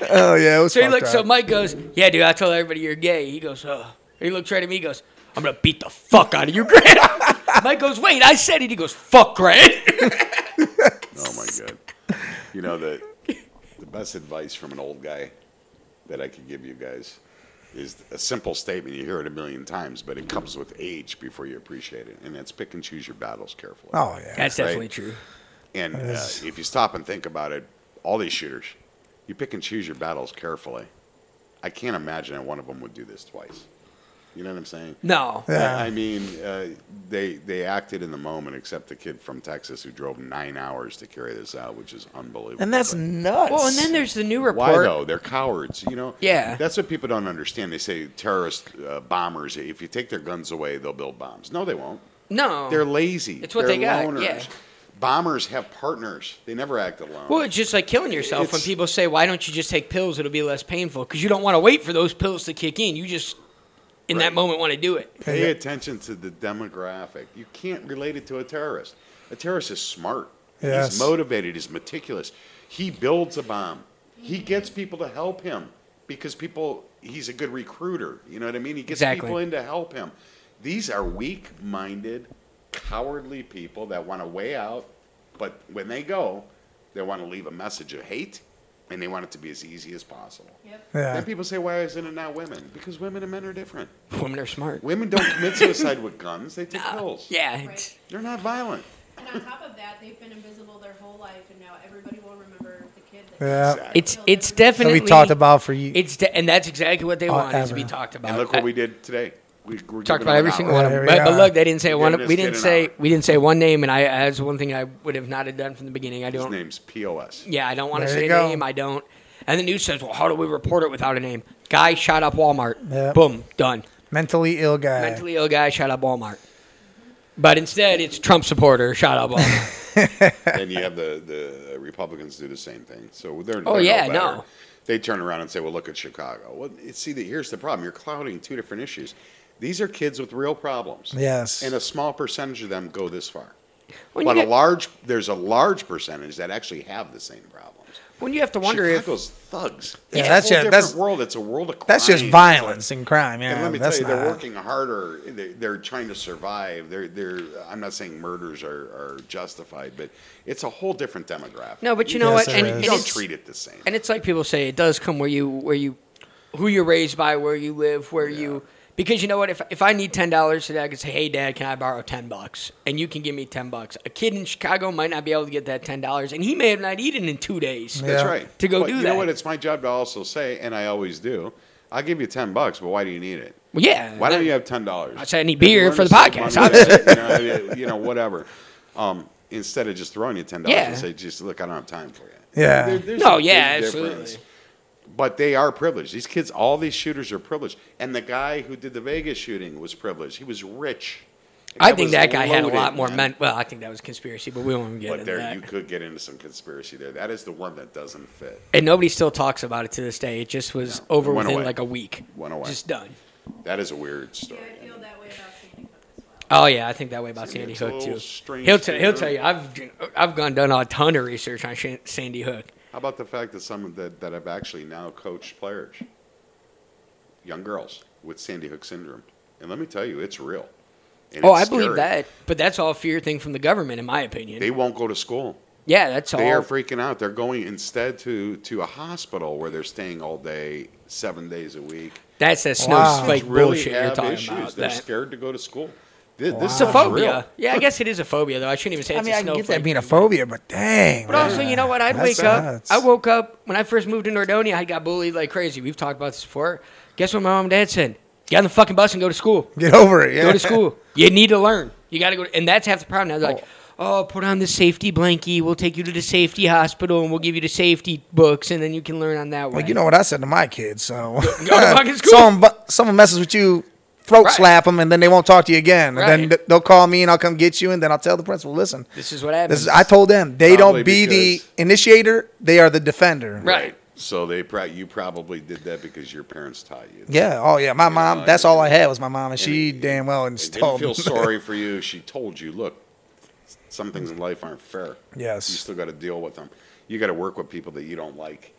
B: oh yeah, it was
D: So he
B: fucked
D: looks. So
B: up.
D: Mike goes, "Yeah, dude, I told everybody you're gay." He goes, "Oh." He looks right at me. He goes, "I'm gonna beat the fuck out of you, Grant." Mike goes, "Wait, I said it." He goes, "Fuck, Grant."
E: Oh my god! You know the the best advice from an old guy that I could give you guys is a simple statement. You hear it a million times, but it comes with age before you appreciate it, and that's pick and choose your battles carefully.
B: Oh yeah.
D: That's definitely
E: Right.
D: true.
E: And uh,
B: Yes.
E: if you stop and think about it, all these shooters, you pick and choose your battles carefully. I can't imagine that one of them would do this twice. You know what I'm saying?
G: No.
B: Yeah.
E: I mean, uh, they they acted in the moment, except the kid from Texas who drove nine hours to carry this out, which is unbelievable.
B: and that's
E: But
B: nuts.
D: Well, and then there's the new report.
E: why though? They're cowards, you know.
G: Yeah.
E: that's what people don't understand. They say terrorist uh, bombers. If you take their guns away, they'll build bombs. No, they won't.
D: No.
E: They're lazy.
D: Oh. It's what
E: They're
D: they got,
E: loners.
D: yeah.
E: Bombers have partners. They never act alone.
D: Well, it's just like killing yourself when
E: It's-
D: people say, "Why don't you just take pills? It'll be less painful." Because you don't want to wait for those pills to kick in. You just, in that
E: Right.
D: moment, want to do it.
E: Pay attention to the demographic. You can't relate it to a terrorist. A terrorist is smart.
B: Yes.
E: He's motivated. He's meticulous. He builds a bomb. He gets people to help him because people. He's a good recruiter. You know what I mean? He gets
D: Exactly.
E: people in to help him. These are weak-minded, cowardly people that want to way out, but when they go, they want to leave a message of hate, and they want it to be as easy as possible.
B: yeah.
E: Then people say, "Why isn't it not women?" Because women and men are different.
D: Women are smart.
E: Women don't commit suicide with guns. They take pills.
D: Yeah. it's-
E: They're not violent.
F: And on top of that, they've been invisible their whole life, and now everybody will remember the kid. That
B: Yeah.
E: Exactly.
D: It's it's
B: That
D: definitely
B: we talked about for you.
D: It's de- and that's exactly what they
B: Uh,
D: want is to be
B: ever.
D: talked about. Uh,
E: And look what we did today. We we're giving
D: talked about
E: them
D: every
E: an
D: single
E: hour.
D: one of
B: Yeah,
D: them.
B: here we
D: But, but
B: are.
D: look, they didn't say
E: We're
D: one.
E: giving
D: We
E: this
D: didn't
E: kid an
D: say
E: hour.
D: we didn't say one name, and I that's one thing I would have not have done from the beginning. I
E: His
D: don't.
E: name's POS.
D: Yeah, I don't want to
B: There
D: say
B: you
D: a
B: go.
D: name. I don't. And the news says, well, how do we report it without a name? Guy shot up Walmart.
B: Yeah.
D: Boom, done.
B: mentally ill guy.
D: Mentally ill guy shot up Walmart. But instead, it's Trump supporter shot up Walmart.
E: and you have the, the Republicans do the same thing. So they're
D: Oh,
E: they're
D: yeah,
E: better.
D: no.
E: They turn around and say, "Well, look at Chicago." Well, it's- see, the, here's the problem: you're clouding two different issues. These are kids with real problems.
B: Yes.
E: and a small percentage of them go this far,
D: when, you
E: but a
D: get-
E: large there's a large percentage that actually have the same problems.
D: when you have to wonder if
E: Chicago's thugs.
B: Yeah,
E: It's
B: that's
E: a whole
B: ju-
E: different
B: that's-
E: world. It's a world of crime.
B: That's just violence and crime. Yeah,
E: And let me
B: that's
E: tell you,
B: not.
E: they're working harder. They're, they're trying to survive. They're, they're. I'm not saying murders are, are justified, but it's a whole different demographic.
D: No, but you know
B: Yes,
D: what?
B: there
D: And,
B: is.
D: and
E: you don't
D: it's-
E: treat it the same.
D: and it's like people say it does come where you where you who you're raised by where you live where you because you know what if, if i need $10 today i could say hey dad can i borrow 10 bucks and you can give me 10 bucks a kid in chicago might not be able to get that $10 and he may have not eaten in two days
E: That's
B: Yeah.
E: right.
D: To go
E: But
D: do
E: you
D: that.
E: know what? It's my job to also say, and I always do. I'll give you ten bucks, but why do you need it?
D: Well, yeah
E: Why don't you have ten dollars?
D: I said I need beer for the podcast,
E: You know, I mean, you know, whatever. Um, instead of just throwing you ten dollars
D: Yeah.
E: and say, "Just look, I don't have time for you."
B: Yeah.
E: there's
D: No,
E: a
D: yeah,
E: big
D: absolutely.
E: difference. But they are privileged. These kids, all these shooters are privileged. And the guy who did the Vegas shooting was privileged. He was rich. The
D: i think
E: was
D: that guy had a
E: loaded,
D: lot more
E: man.
D: men well i think that was conspiracy but we won't get
E: But
D: into
E: there,
D: that
E: you could get into some conspiracy there. That is the one that doesn't fit.
D: and nobody still talks about it to this day it just was
E: No, it
D: over
E: went
D: within
E: away.
D: like a week
E: Went away.
D: just done
E: oh That is a weird story.
F: Yeah, I feel that way about Sandy Hook as well.
D: Oh yeah, I think that way about
E: See,
D: Sandy
E: it's a
D: Hook
E: little
D: too.
E: strange
D: He'll tell
E: to
D: he'll
E: do.
D: tell you I've I've gone done a ton of research on Shan- Sandy Hook.
E: How about the fact that some of that, that have actually now coached players, young girls with Sandy Hook syndrome, and let me tell you, it's real. And
D: oh,
E: it's
D: I believe
E: scary.
D: that, but that's all a fear thing from the government, in my opinion.
E: They won't go to school.
D: yeah, that's all.
E: They are freaking out. They're going instead to to a hospital where they're staying all day, seven days a week.
D: that's that snow
B: Wow.
D: spike
E: Kids really
D: bullshit you're
E: have
D: talking
E: issues.
D: about.
E: They're
D: That.
E: scared to go to school. This, this
D: It's a
E: stuff's
D: phobia.
E: real.
D: Yeah, I guess it is a phobia though. I shouldn't even say
B: I
D: it's
B: mean,
D: a
B: I can get
D: snowflake.
B: that being a phobia, but dang.
D: But also, you know what? I'd wake up. I woke up when I first moved to Nordonia. I got bullied like crazy. We've talked about this before. Guess what my mom and dad said? Get on the fucking bus and go to school.
B: Get over it. Yeah.
D: go to school. You need to learn. You got to go, and that's half the problem. Now they're like, oh, put on the safety blankie. We'll take you to the safety hospital, and we'll give you the safety books, and then you can learn on that way.
B: Well, you know what I said to my kids. So
D: go to fucking school.
B: someone, bu- someone messes with you, throat
D: Right.
B: slap them, and then they won't talk to you again. And then
D: Right.
B: th- they'll call me, and I'll come get you, and then I'll tell the principal, listen.
D: this is what happens.
B: This is, I told them they
E: Probably
B: don't be the
E: because-
B: initiator; they are the defender.
D: right.
E: So they pro- you probably did that because your parents taught you.
B: Yeah. Oh yeah. My mom.
E: know,
B: That's
E: and-
B: all I had was my mom, and she
E: and-
B: damn well and
E: They didn't
B: told
E: feel
B: me.
E: sorry for you. She told you, look, some things in life aren't fair.
B: Yes.
E: You still got to deal with them. You got to work with people that you don't like.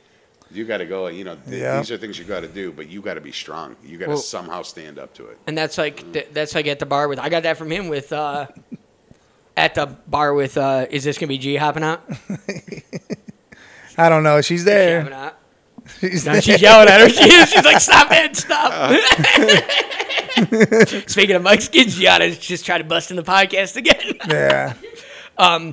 E: You got to go, you know, th-
B: Yeah.
E: these are things you got to do, but you got to be strong. You got to
D: Well-
E: somehow stand up to it.
D: And that's like th- that's like at the bar with. I got that from him with. uh at the bar with, uh, is this gonna be G hopping out?
B: I don't know. She's
D: Hopping
B: there.
D: out.
B: She's
D: No,
B: there.
D: she's yelling at her. She is. She's like, stop it, stop. Speaking of Mike's kids, Gianna's just trying to bust in the podcast again.
B: Yeah.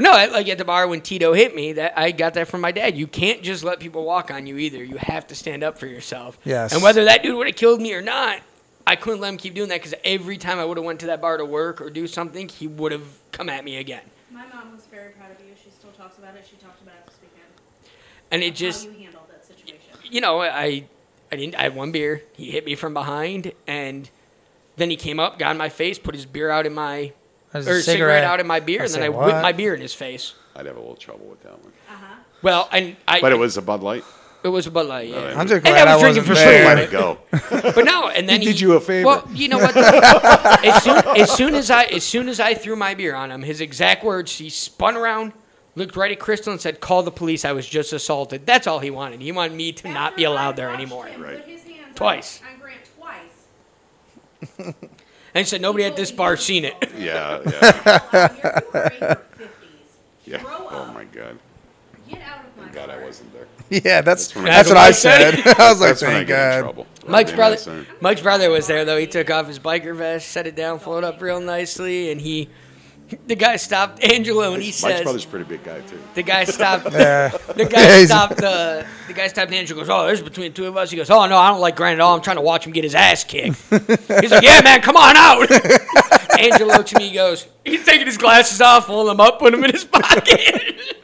D: No, I- like at the bar when Tito hit me, that I got that from my dad. You can't just let people walk on you either. You have to stand up for yourself.
B: Yes.
D: And whether that dude would have killed me or not, I couldn't let him keep doing that because every time I would have went to that bar to work or do something, he would have come at me again.
F: My mom was very proud of you. She still talks about it. She talked about it this weekend.
D: And it just,
F: how you handled that situation.
D: you know, I, I didn't. I had one beer. He hit me from behind, and then he came up, got in my face, put his beer out in my
B: There's a
D: or cigarette.
B: cigarette.
D: out in my beer,
B: I
D: and then
B: said,
D: I
B: "What?"
D: whipped my beer in his face.
E: I'd have a little trouble with that one.
D: Well, and I,
E: But it was a Bud Light.
D: it was a Bud Light. Yeah.
E: Really?
B: I'm just
D: And I
B: glad I,
D: was drinking
B: wasn't
D: for
B: there.
D: sure.
E: Let it go.
D: But no, and then
E: He did you a favor.
D: Well, you know what? as, soon, as soon as I as soon as I threw my beer on him, his exact words, he spun around, looked right at Crystal, and said, "Call the police. I was just assaulted." That's all he wanted. He wanted me to not be
F: After I
D: allowed there
F: watched
D: anymore.
F: him
E: Right.
F: put his hands on-
D: Twice.
F: On Grant twice.
D: And he said, "Nobody at this bar seen it."
E: Yeah, yeah,
F: You're in your 50s.
E: yeah.
F: Grow
E: Oh
F: up.
E: my God.
F: Get out of my
E: Thank God I
F: car.
E: wasn't there.
B: Yeah, that's
E: That's when I-
B: that's what I said. I was like,
E: That's when I
B: thank
E: get in
B: God.
E: trouble.
D: Mike's
E: Maybe that's
D: brother,
E: it.
D: Mike's brother was there though. He took off his biker vest, set it down, folded up real nicely, and he, the guy stopped Angelo, and he
E: Mike's
D: says,
E: brother's a pretty big guy too.
D: the guy stopped.
B: Yeah.
D: The
B: Yeah,
D: guy
B: he's-
D: stopped. Uh, the guy stopped Andrew. Goes, oh, there's between the two of us. He goes, oh no, I don't like Grant at all. I'm trying to watch him get his ass kicked. He's like, yeah, man, come on out. Angelo looks at me. He goes, he's taking his glasses off, pulling them up, putting them in his pocket.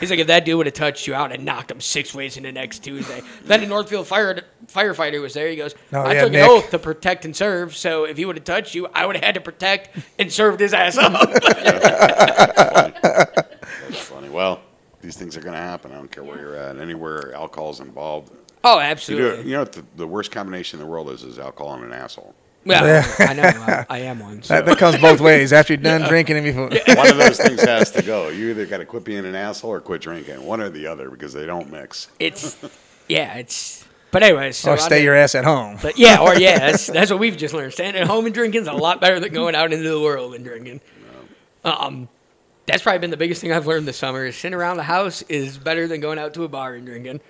D: He's like, if that dude would have touched you out and knocked him six ways into next Tuesday. Then the Northfield fire firefighter was there. He goes,
B: Oh,
D: I
B: yeah,
D: took
B: Nick.
D: an oath to protect and serve. So if he would have touched you, I would have had to protect and served his ass up.
E: That's funny. Well, these things are going to happen. I don't care where you're at. Anywhere alcohol's involved.
D: oh,
E: You, do
D: absolutely.
E: it, you know what the, the worst combination in the world is? Is alcohol and an asshole.
D: Well,
B: Yeah.
D: I know. I, I am one. so.
B: That, that comes both ways. After you're done drinking, and before
E: One of those things has to go. You either got to quit being an asshole or quit drinking. One or the other because they don't mix.
D: It's yeah, it's. But anyways, so
B: or stay your ass at home.
D: But yeah, or yeah, that's that's what we've just learned. Staying at home and drinking's a lot better than going out into the world and drinking. Um, that's probably been the biggest thing I've learned this summer. Is sitting around the house is better than going out to a bar and drinking.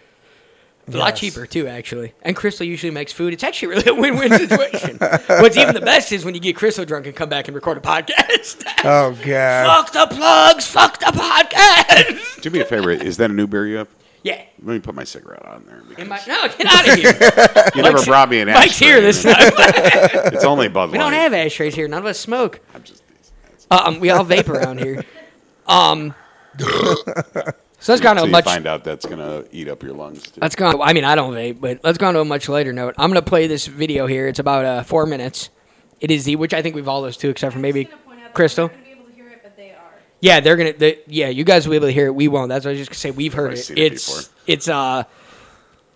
D: A lot
B: Yes.
D: cheaper too, actually. And Crystal usually makes food. It's actually really a win-win situation. What's even the best is when you get Crystal drunk and come back and record a podcast.
B: Oh God.
D: fuck the plugs. Fuck the podcast.
E: Do me a favor. Is that a new beer you have?
D: yeah.
E: Let me put my cigarette on there. Because
D: Am I, no, get out of here.
E: you never brought me an ashtray.
D: Mike's here this time.
E: It's only Bud Light.
D: We don't have ashtrays here. None of us smoke.
E: I'm just. it's-
D: Um, we all vape around here. Um, so let's go on to
E: So
D: a
E: you
D: much.
E: find out that's going to eat up your lungs too.
D: Let's go. On, I mean, I don't vape, but let's go on to a much later note. I'm gonna play this video here. It's about uh, four minutes. It is the which I think we've all those too, except for
F: I'm
D: maybe
F: just gonna point out that
D: Crystal.
F: They're not going to be able to hear it, but they are.
D: Yeah, they're gonna. They, yeah, you guys will be able to hear it. We won't. That's what I was just gonna say. We've heard
E: I've
D: it.
E: seen it
D: It's
E: before.
D: it's uh,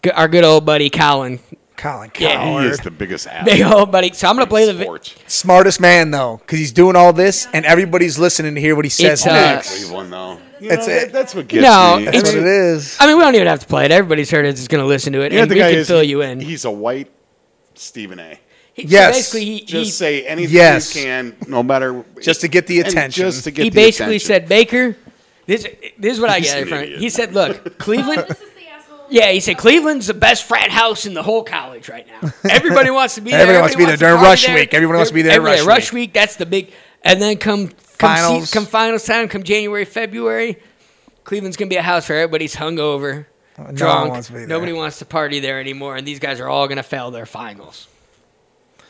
D: g- our good old buddy Colin.
B: Colin
D: Yeah.
E: he
B: Coward.
E: is the biggest ass.
D: Big old buddy. So I'm gonna play the. Vi-
E: Sports.
B: Smartest man though, because he's doing all this, and everybody's listening to hear what he says
D: It's, uh,
B: next.
E: Cleveland, though. You
B: That's
E: know,
B: it.
E: that- that's what gets
D: No,
E: me.
D: it's-
B: That's what it is.
D: I mean, we don't even have to play it. Everybody's heard it. Just gonna listen to it,
E: You know what
D: and
E: the
D: we
E: guy
D: can
E: is?
D: fill
E: He-
D: you in.
E: He's a white Stephen A.
D: He- so
B: Yes.
D: basically, he,
E: Just
D: he,
E: say anything
B: Yes.
E: you can, no matter
B: Just to get the
E: and
B: attention.
E: Just to get
D: he
E: the
D: basically
E: attention.
D: said, Baker, this, this is what I
E: He's
D: gathered
E: an
D: from it.
E: idiot.
D: He said, look,
F: Oh,
D: Cleveland.
F: this is the asshole.
D: Yeah, he said Cleveland's the best frat house in the whole college right now. Everybody wants to be there.
B: Everybody wants to be there during
D: party
B: rush week. Everyone wants to be there
D: Everybody-
B: rush
D: rush week. That's the big. And then come come se-
B: Finals.
D: come finals time, come January, February, Cleveland's gonna be a house where everybody's hungover,
B: No one
D: drunk.
B: wants to be there.
D: Nobody wants to party there anymore, and these guys are all gonna fail their finals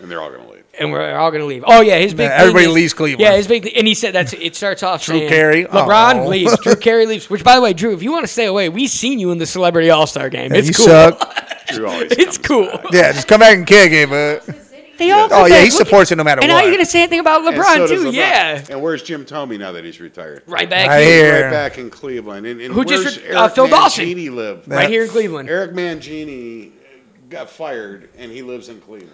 E: and they're all gonna leave.
D: and we're all going to leave. Oh yeah, his big.
B: Yeah,
D: thing
B: everybody
D: is-
B: leaves Cleveland.
D: Yeah, his big. Thing, and he said that's it. Starts off
B: Drew
D: saying,
B: Carey?
D: LeBron
B: Aw.
D: leaves. Drew Carey leaves. Which, by the way, Drew, if you want to stay away, we seen you in the Celebrity All Star game.
B: Yeah,
D: It's
B: you
D: cool.
B: suck.
E: Drew always
D: It's
E: comes
D: cool.
E: back.
B: Yeah, just come back and kick it, but
D: They all.
B: Oh
D: come
B: yeah,
D: back.
B: he
D: Look at-
B: supports it no matter
D: And how
B: what.
D: you going to say anything about
E: And
D: LeBron
E: so does
D: too?
E: LeBron.
D: Yeah,
E: And where's Jim Tomey now that he's retired?
D: right back
B: Right
D: here,
B: here.
E: Right back in Cleveland. And, and
D: Who just
E: where's
D: re-
E: Eric
D: uh, Phil Dawson.
E: Mangini live?
D: right here in Cleveland.
E: Eric Mangini got fired, and he lives in Cleveland.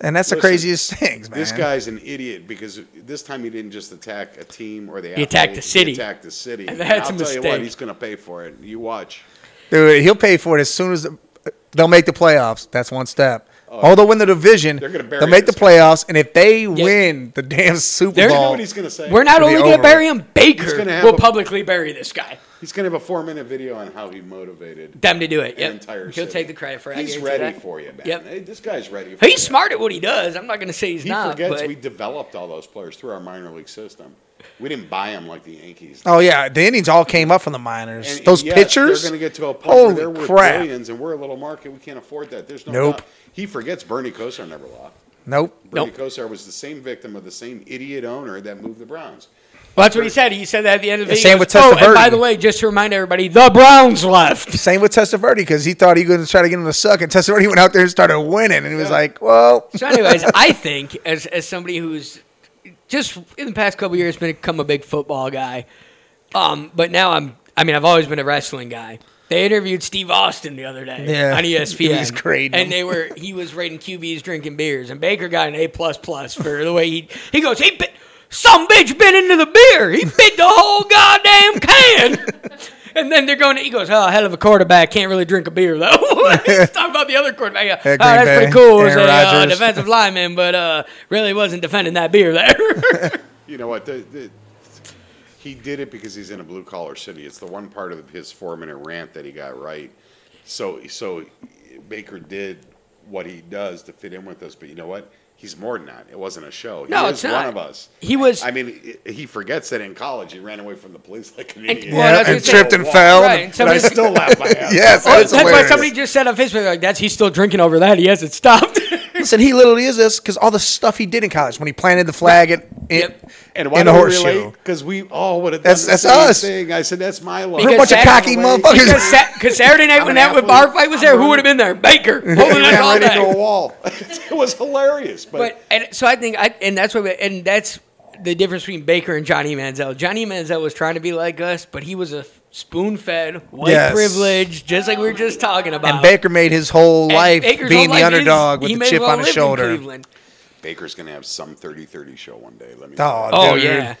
B: and that's the
E: Listen,
B: craziest things, man.
E: This guy's an idiot because this time he didn't just attack a team or the
D: He attacked the city.
E: He attacked the city.
D: And that's
E: I'll
D: a
E: tell you what,
D: mistake.
E: he's going to pay for it. You watch.
B: Dude, he'll pay for it as soon as they'll make the playoffs. That's one step. Although win the division,
E: Oh, They're gonna bury
B: they'll make the
E: this guy.
B: playoffs, and if they win the damn Super
D: They're-
E: You know
B: Bowl,
E: what he's going to say?
D: We're not
B: It'll be
D: only going to
B: over
D: bury him. Baker
E: gonna have
D: will
E: a-
D: publicly bury this guy.
E: He's going to have a four-minute video on how he motivated
D: Them to do it.
E: an
D: Yep.
E: entire
D: He'll
E: city.
D: take the credit for it. I
E: He's
D: guarantee
E: ready
D: that.
E: for you, man.
D: Yep.
E: Hey, This guy's ready. For
D: He's
E: you.
D: smart at what he does. I'm not going to say he's
E: He
D: not.
E: forgets
D: but
E: we developed all those players through our minor league system. We didn't buy them like the Yankees.
B: oh yeah, the Indians all came up from the minors.
E: And
B: Those
E: yes,
B: pitchers,
E: They're going to get to a point where
B: Holy
E: they're worth
B: crap.
E: billions, and we're a little market. We can't afford that. There's no
B: Nope.
E: doubt. He forgets Bernie Kosar never left.
B: Nope.
E: Bernie
D: Nope.
E: Kosar was the same victim of the same idiot owner that moved the Browns.
D: Well, that's what he said. He said that at the end of the
B: Yeah,
D: video.
B: same
D: He
B: with
D: goes, oh, and
B: Testaverde.
D: by the way, just to remind everybody, the Browns left.
B: Same with Testaverde because he thought he was going to try to get him to suck, and Testaverde went out there and started winning, and he was like, "Well,
D: So, anyways, I think as as somebody who's just in the past couple years been become a big football guy, um, but now I'm. I mean, I've always been a wrestling guy. They interviewed Steve Austin the other day
B: Yeah.
D: on E ESPN.
B: He's great.
D: and they were he was rating QBs drinking beers, and Baker got an A plus plus for the way he he goes. He bit some bitch bit into the beer. He bit the whole goddamn can. And then they're going. To, he goes, "Oh, hell of a quarterback can't really drink a beer though." He's talking about the other quarterback. Yeah,
B: At
D: "Oh, that's
B: Green
D: pretty
B: Bay,
D: cool. As a
B: Aaron
D: uh,
B: Rodgers."
D: defensive lineman, but uh, really wasn't defending that beer there.
E: You know what? The, the, he did it because he's in a blue collar city. It's the one part of his four minute rant that he got right. So so Baker did what he does to fit in with us. But you know what? He's more than that. It wasn't a show. He
D: No,
E: is
D: it's not.
E: one of us.
D: He was-
E: I mean, he forgets that in college he ran away from the police like an idiot.
D: well, that's what
B: yeah," and
D: he
B: tripped
D: said.
B: and fell."
D: Right, and
B: and I
D: somebody-
E: Still
B: still laugh.
E: laugh my ass.
B: Yes,
D: Oh,
B: that's,
D: that's why
B: hilarious.
D: somebody just said on Facebook, like, "That's he's still drinking over that. He hasn't stopped."
B: Listen, he literally is this because all the stuff he did in college when he planted the flag at, in,
D: Yep.
E: And why
B: in a
E: do
B: horseshoe.
E: Because we oh, all would have done
B: That's-
E: the
B: that's
E: same
B: us.
E: thing. I said, that's my life.
B: We're a bunch of
D: Because
B: cocky
E: that's-
B: motherfuckers.
D: Because Saturday night when that
E: an
D: with bar
E: athlete.
D: fight was there, who would have been there? Baker holding us
E: I'm
D: all
E: ready to
D: day.
E: a wall. it was hilarious.
D: But and so I think I and that's what we, and that's the difference between Baker and Johnny Manziel. Johnny Manziel was trying to be like us, but he was a spoon-fed, white
B: Yes.
D: privileged, just like we were just talking about.
B: And Baker made his whole
D: And
B: life
D: Baker's
B: being
D: whole
B: the
D: life is-
B: underdog
D: he
B: with the
D: may
B: chip
D: well
B: on his
D: lived in
B: shoulder.
D: Cleveland.
E: Baker's going to have some 30 30 show one day. Let me
B: Oh,
D: Oh
B: dude.
D: yeah,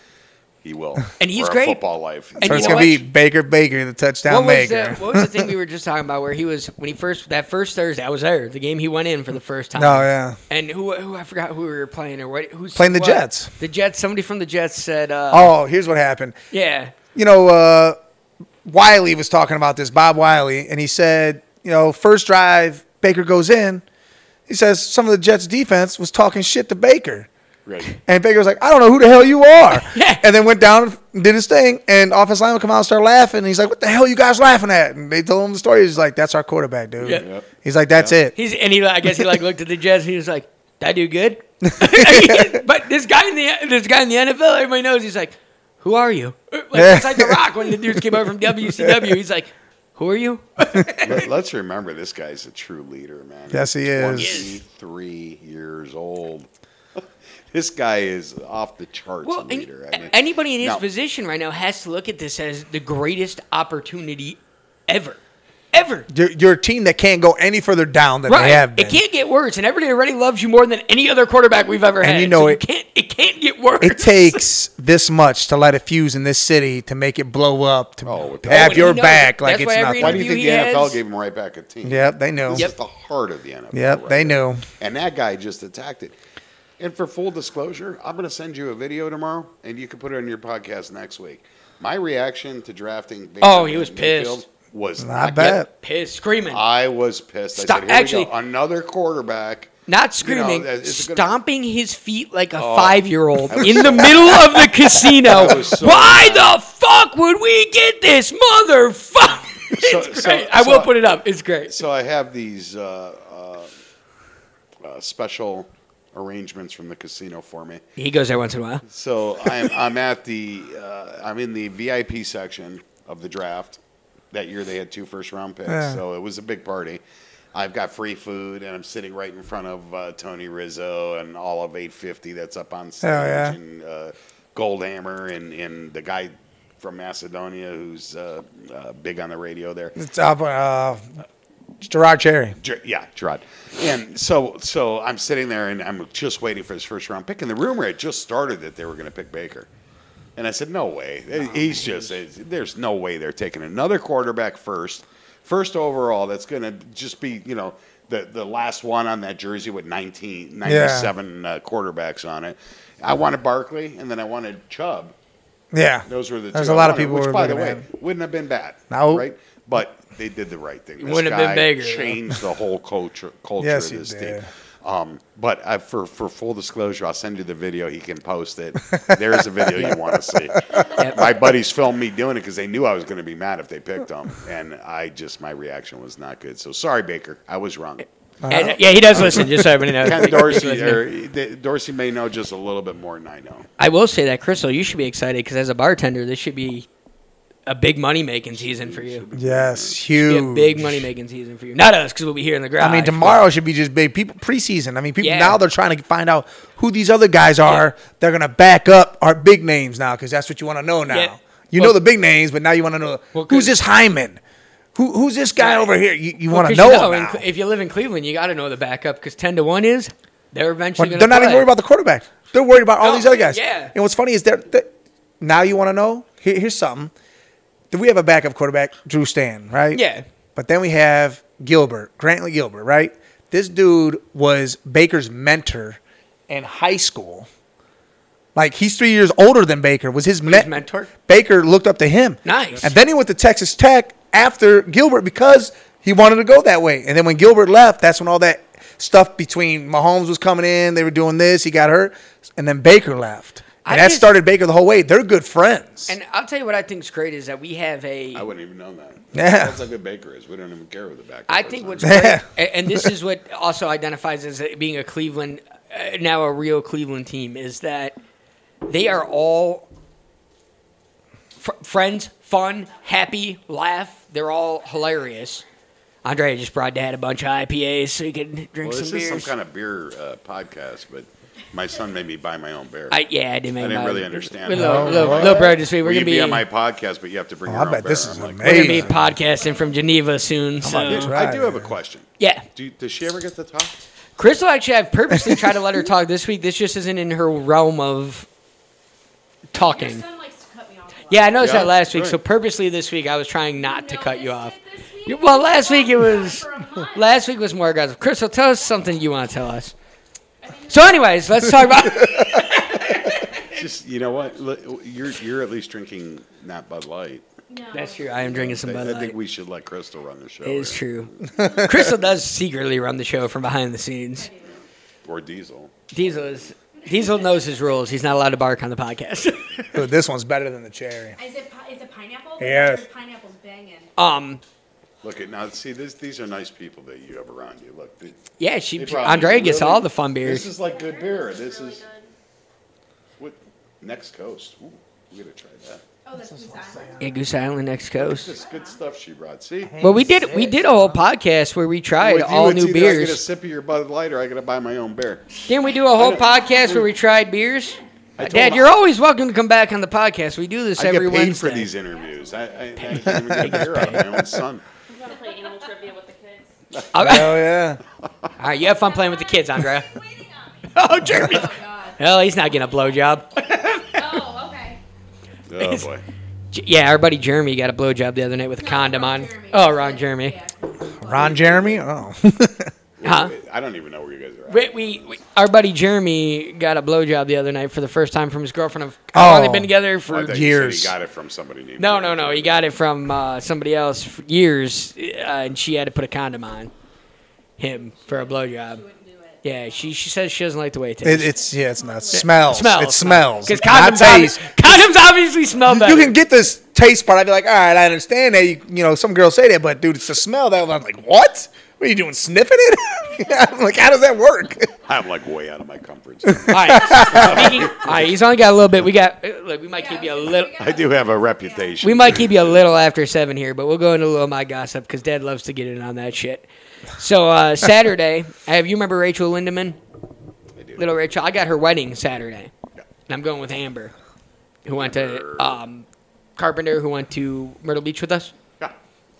E: He will.
D: And he's
E: For a
D: great.
E: football life.
D: And
B: So
D: you
B: it's
D: know
B: gonna
D: what?
B: be Baker Baker, the touchdown
D: was
B: maker.
D: The, what was the thing we were just talking about where he was when he first that first Thursday? I was there. The game he went in for the first time.
B: Oh, yeah.
D: And who who I forgot who we were playing or what who's
B: Playing the
D: what-
B: Jets.
D: The Jets. Somebody from the Jets said, uh,
B: oh, here's what happened.
D: yeah."
B: you know, uh, Wiley was talking about this, Bob Wiley, and he said, you know, first drive, Baker goes in. He says some of the Jets defense was talking shit to Baker.
E: Right.
B: And Baker was like, I don't know who the hell you are.
D: Yeah.
B: And then went down and did his thing. And offensive lineman come out and start laughing. And he's like, What the hell you guys laughing at? And they told him the story. He's like, That's our quarterback, dude.
D: Yeah. Yep.
B: He's like, That's it.
D: He's and he I guess he like looked at the Jets and he was like, "That dude good." but this guy in the this guy in the NFL, everybody knows. He's like, "Who are you?" Like it's like The Rock when the dudes came over from WCW. He's like, "Who are you?"
E: Let, us remember this guy's a true leader, man.
B: Yes, he is. Yes.
E: 23 years old. this guy is off the charts
D: Well, and-
E: leader. I mean,
D: anybody in his
E: now-
D: position right now has to look at this as the greatest opportunity ever, ever.
B: You're, you're a team that can't go any further down than they have been.
D: It can't get worse, and everybody already loves you more than any other quarterback we've ever
B: And
D: had.
B: you know
D: so
B: it-
D: You can't. It can't get worse.
B: It takes this much to light a fuse in this city to make it blow up to
E: Oh, it
B: have
D: does.
B: your
D: Oh, he knows it.
B: back like
D: That's
B: it's
D: why every
B: nothing.
E: Why do you
D: interview
E: think
D: he
E: the NFL
D: has-
E: gave him right back a team?
B: Yep, they knew.
E: This
B: Yep.
E: is the heart of the NFL. right there.
B: they knew.
E: And that guy just attacked it. And for full disclosure, I'm going to send you a video tomorrow, and you can put it on your podcast next week. My reaction to drafting Baker
D: Oh, he was
E: Mayfield
D: pissed.
E: Was
B: I
E: not good.
B: bet.
D: Pissed, screaming,
E: I was pissed.
D: Stop-
E: I said, Here
D: actually-
E: we go. another quarterback.
D: not screaming,
E: that- it's a good- Oh.
D: stomping his feet like a five-year-old in the middle of the
E: I
D: casino.
E: was so
D: why the fuck would we get this motherfucker? It's
E: So-
D: great.
E: so-
D: I will
E: so-
D: put it up. It's great.
E: So I have these uh, uh, uh, special arrangements from the casino for me.
D: He goes there once in a while.
E: So I'm, I'm at the uh, I'm in the VIP section of the draft. That year they had two first round picks,
B: Yeah.
E: so it was a big party. I've got free food, and I'm sitting right in front of uh, Tony Rizzo and all of 850 that's up on stage,
B: yeah.
E: and uh, Goldhammer, and, and the guy from Macedonia who's uh, uh, big on the radio there.
B: It's up, uh, Gerard Cherry.
E: Ger- yeah, Gerard. And so, so I'm sitting there and I'm just waiting for his first round pick. And the rumor had just started that they were going to pick Baker. And I said, no way. He's just, there's no way they're taking another quarterback first, first overall. That's going to just be, you know, the, the last one on that jersey with 19, 97 uh, quarterbacks on it. I wanted Barkley and then I wanted Chubb.
B: Yeah.
E: Those were the
B: There's
E: two
B: a
E: I
B: lot of
E: wanted,
B: people
E: which,
B: who were
E: by the
B: looking
E: way,
B: at
E: wouldn't have been bad.
B: No.
E: right? But they did the right thing. This
D: wouldn't have been
E: guy
D: Baker, though.
E: Changed the whole culture culture
B: Yes,
E: of
B: he
E: this
B: did.
E: team. Um, but I, for for full disclosure, I'll send you the video. He can post it. There is a video you want to see. My buddies filmed me doing it because they knew I was going to be mad if they picked him, and I just my reaction was not good. So sorry, Baker, I was wrong.
B: Uh-huh.
D: And, yeah, he does listen. Just so everybody knows.
E: Ken Dorsey, or, the- Dorsey may know just a little bit more than I know.
D: I will say that, Crystal, you should be excited because as a bartender, this should be a big money making season for you.
B: Yes,
D: Be
B: huge.
D: a big money making season for you. Not us because we'll be here in the garage.
B: I mean, tomorrow should be just big people preseason. I mean, people
D: Yeah.
B: now they're trying to find out who these other guys are. They're gonna back up our big names now because that's what you want to know now.
D: Yeah.
B: You
D: Well-
B: know the big names, but now you want to know
D: Well, 'cause-
B: who's this Hyman, who who's this guy
D: Yeah.
B: over here. You, you
D: Well,
B: want to
D: 'cause
B: know,
D: you
B: him
D: in
B: now.
D: Cle- if you live in Cleveland, you got to know the backup because ten to one is they're eventually. gonna
B: But they're not even
D: play.
B: worried about the quarterback. They're worried about all
D: No,
B: these other guys.
D: yeah.
B: And what's funny is that that- now you want to know. Here, here's something. Do we have a backup quarterback, Drew Stan, right?
D: Yeah.
B: But then we have Gilbert, Grantley Gilbert, right? This dude was Baker's mentor in high school. Like he's three years older than Baker. Was his, men-
D: mentor?
B: Baker looked up to him.
D: Nice.
B: And then he went to Texas Tech after Gilbert because he wanted to go that way. And then when Gilbert left, that's when all that stuff between Mahomes was coming in. They were doing this. He got hurt, and then Baker left.
D: I
B: And that
D: just-
B: started Baker the whole way. They're good friends.
D: And I'll tell you what I think's great is that we have a.
E: I wouldn't even know that.
B: Yeah.
E: That's how good Baker is. We don't even care with the back.
D: I think what's
B: Yeah.
D: great, and, and this is what also identifies as it being a Cleveland, uh, now a real Cleveland team, is that they are all fr- friends, fun, happy, laugh. They're all hilarious. Andre just brought Dad a bunch of IPAs so he could drink
E: Well, this
D: some beers.
E: is some kind of beer uh, podcast, but my son made me buy my own beer.
D: I, yeah, I didn't, make
E: I didn't
D: my-
E: really understand
D: With
E: that.
D: Little,
E: Oh,
D: little,
B: what?
D: little bro just said,
E: Will
D: we're
E: you
D: gonna
E: be,
D: be,
E: on my podcast, but you have to bring
B: Oh,
E: your
B: I
E: own
B: bet
E: beer.
B: this is
E: I'm like,
D: we're gonna be
B: amazing.
D: podcasting from Geneva soon. So
E: "Dude,
B: Right.
E: I do have a question.
D: yeah,
E: Do, does she ever get to talk?
D: Crystal, actually, I've purposely tried to let her talk this week. This just isn't in her realm of
F: Your
D: talking.
F: son likes to cut me off. a lot.
D: Yeah, I noticed
E: Yeah,
D: that last week.
E: right.
D: So purposely this week, I was trying not to cut you off.
F: noticed it this week?
D: You- Well, last week it was.
F: For a month.
D: Last week was more aggressive. Crystal, tell us something you want to tell us. So, anyways, let's talk about.
E: Just you know what? L- You're you're at least drinking not Bud Light.
F: No.
D: That's true. I am drinking some Bud
E: I, I
D: Light.
E: think we should let Crystal run the show.
D: It is
E: here.
D: true. Crystal does secretly run the show from behind the scenes.
E: Or Diesel.
D: Diesel is. Diesel knows his rules. He's not allowed to bark on the podcast.
B: Dude, this one's better than the cherry.
F: Is it, pi- is it pineapple?
B: Yes.
F: Pineapple's banging.
D: um.
E: Look at now. See, this, these are nice people that you have around you. Look, they,
D: Yeah, she.
E: they probably
D: Andrea gets
E: really-
D: all the fun beers.
E: This is like good beer. This is what next coast. Ooh, we gotta try that.
F: Oh, that's Busan.
D: Yeah, Goose Island next
E: This
D: coast.
E: is good stuff she brought. See,
D: Well, we did we did a whole podcast where we tried
E: With you,
D: all
E: it's
D: new
E: either I get a
D: beers.
E: sip of your Bud Light, or I gotta buy my own beer.
D: Didn't we do a whole
E: I don't-
D: podcast where we tried beers? Uh,
E: I told
D: Dad,
E: him-
D: you're always welcome to come back on the podcast. We do this
E: I get
D: every
E: paid
D: Wednesday.
E: for these interviews. I, I, I can't even get a beer out of my own son.
H: You want to play animal trivia with the kids?
D: All right,
B: Hell yeah.
D: all right, you have fun playing with the kids, Andrea.
F: Waiting on me.
D: oh, Jeremy.
F: Oh, God.
D: Well, he's not getting a blowjob.
F: Oh, okay.
E: Oh boy.
D: J- Yeah, our buddy Jeremy got a blowjob the other night with a
F: No,
D: condom
F: wrong
D: on.
F: Jeremy.
D: Oh, wrong Jeremy.
F: Yeah.
B: Ron Jeremy? Oh.
D: Huh?
E: I don't even know where you guys are. At.
D: We, we, we- our buddy Jeremy got a blowjob the other night for the first time from his girlfriend. Of how long
B: Oh.
D: they've been together
E: I
D: for
E: thought you said
B: years.
E: He got it from somebody named.
D: No,
E: Jerry.
D: no, no. He got it from uh, somebody else for years, uh, and she had to put a condom on him for a blowjob.
F: Wouldn't do it.
D: Yeah, she she says she doesn't like the way it
B: It,
D: tastes.
B: it's yeah, it's not smells.
D: smells.
B: It smells.
D: Because
B: Not
D: condoms, obvi-
B: taste.
D: condoms obviously smell better.
B: You can get this taste part. I'd be like, all right, I understand that. You, you know, some girls say that, but dude, it's the smell that I'm like, what? What are you doing, sniffing it? I'm like, how does that work?
E: I'm like way out of my comfort zone.
D: all right. Speaking, all right, he's only got a little bit. We got. uh, Look, we might keep you a little.
E: I do have a reputation.
D: We might keep you a little after seven here, but we'll go into a little of my gossip because Dad loves to get in on that shit. So uh, Saturday, I have you remember Rachel Lindemann?
E: I do.
D: Little Rachel, I got her wedding Saturday,
E: Yeah.
D: and I'm going with Amber, who went
E: Amber.
D: to um, Carpenter, who went to Myrtle Beach with us.
E: Yeah.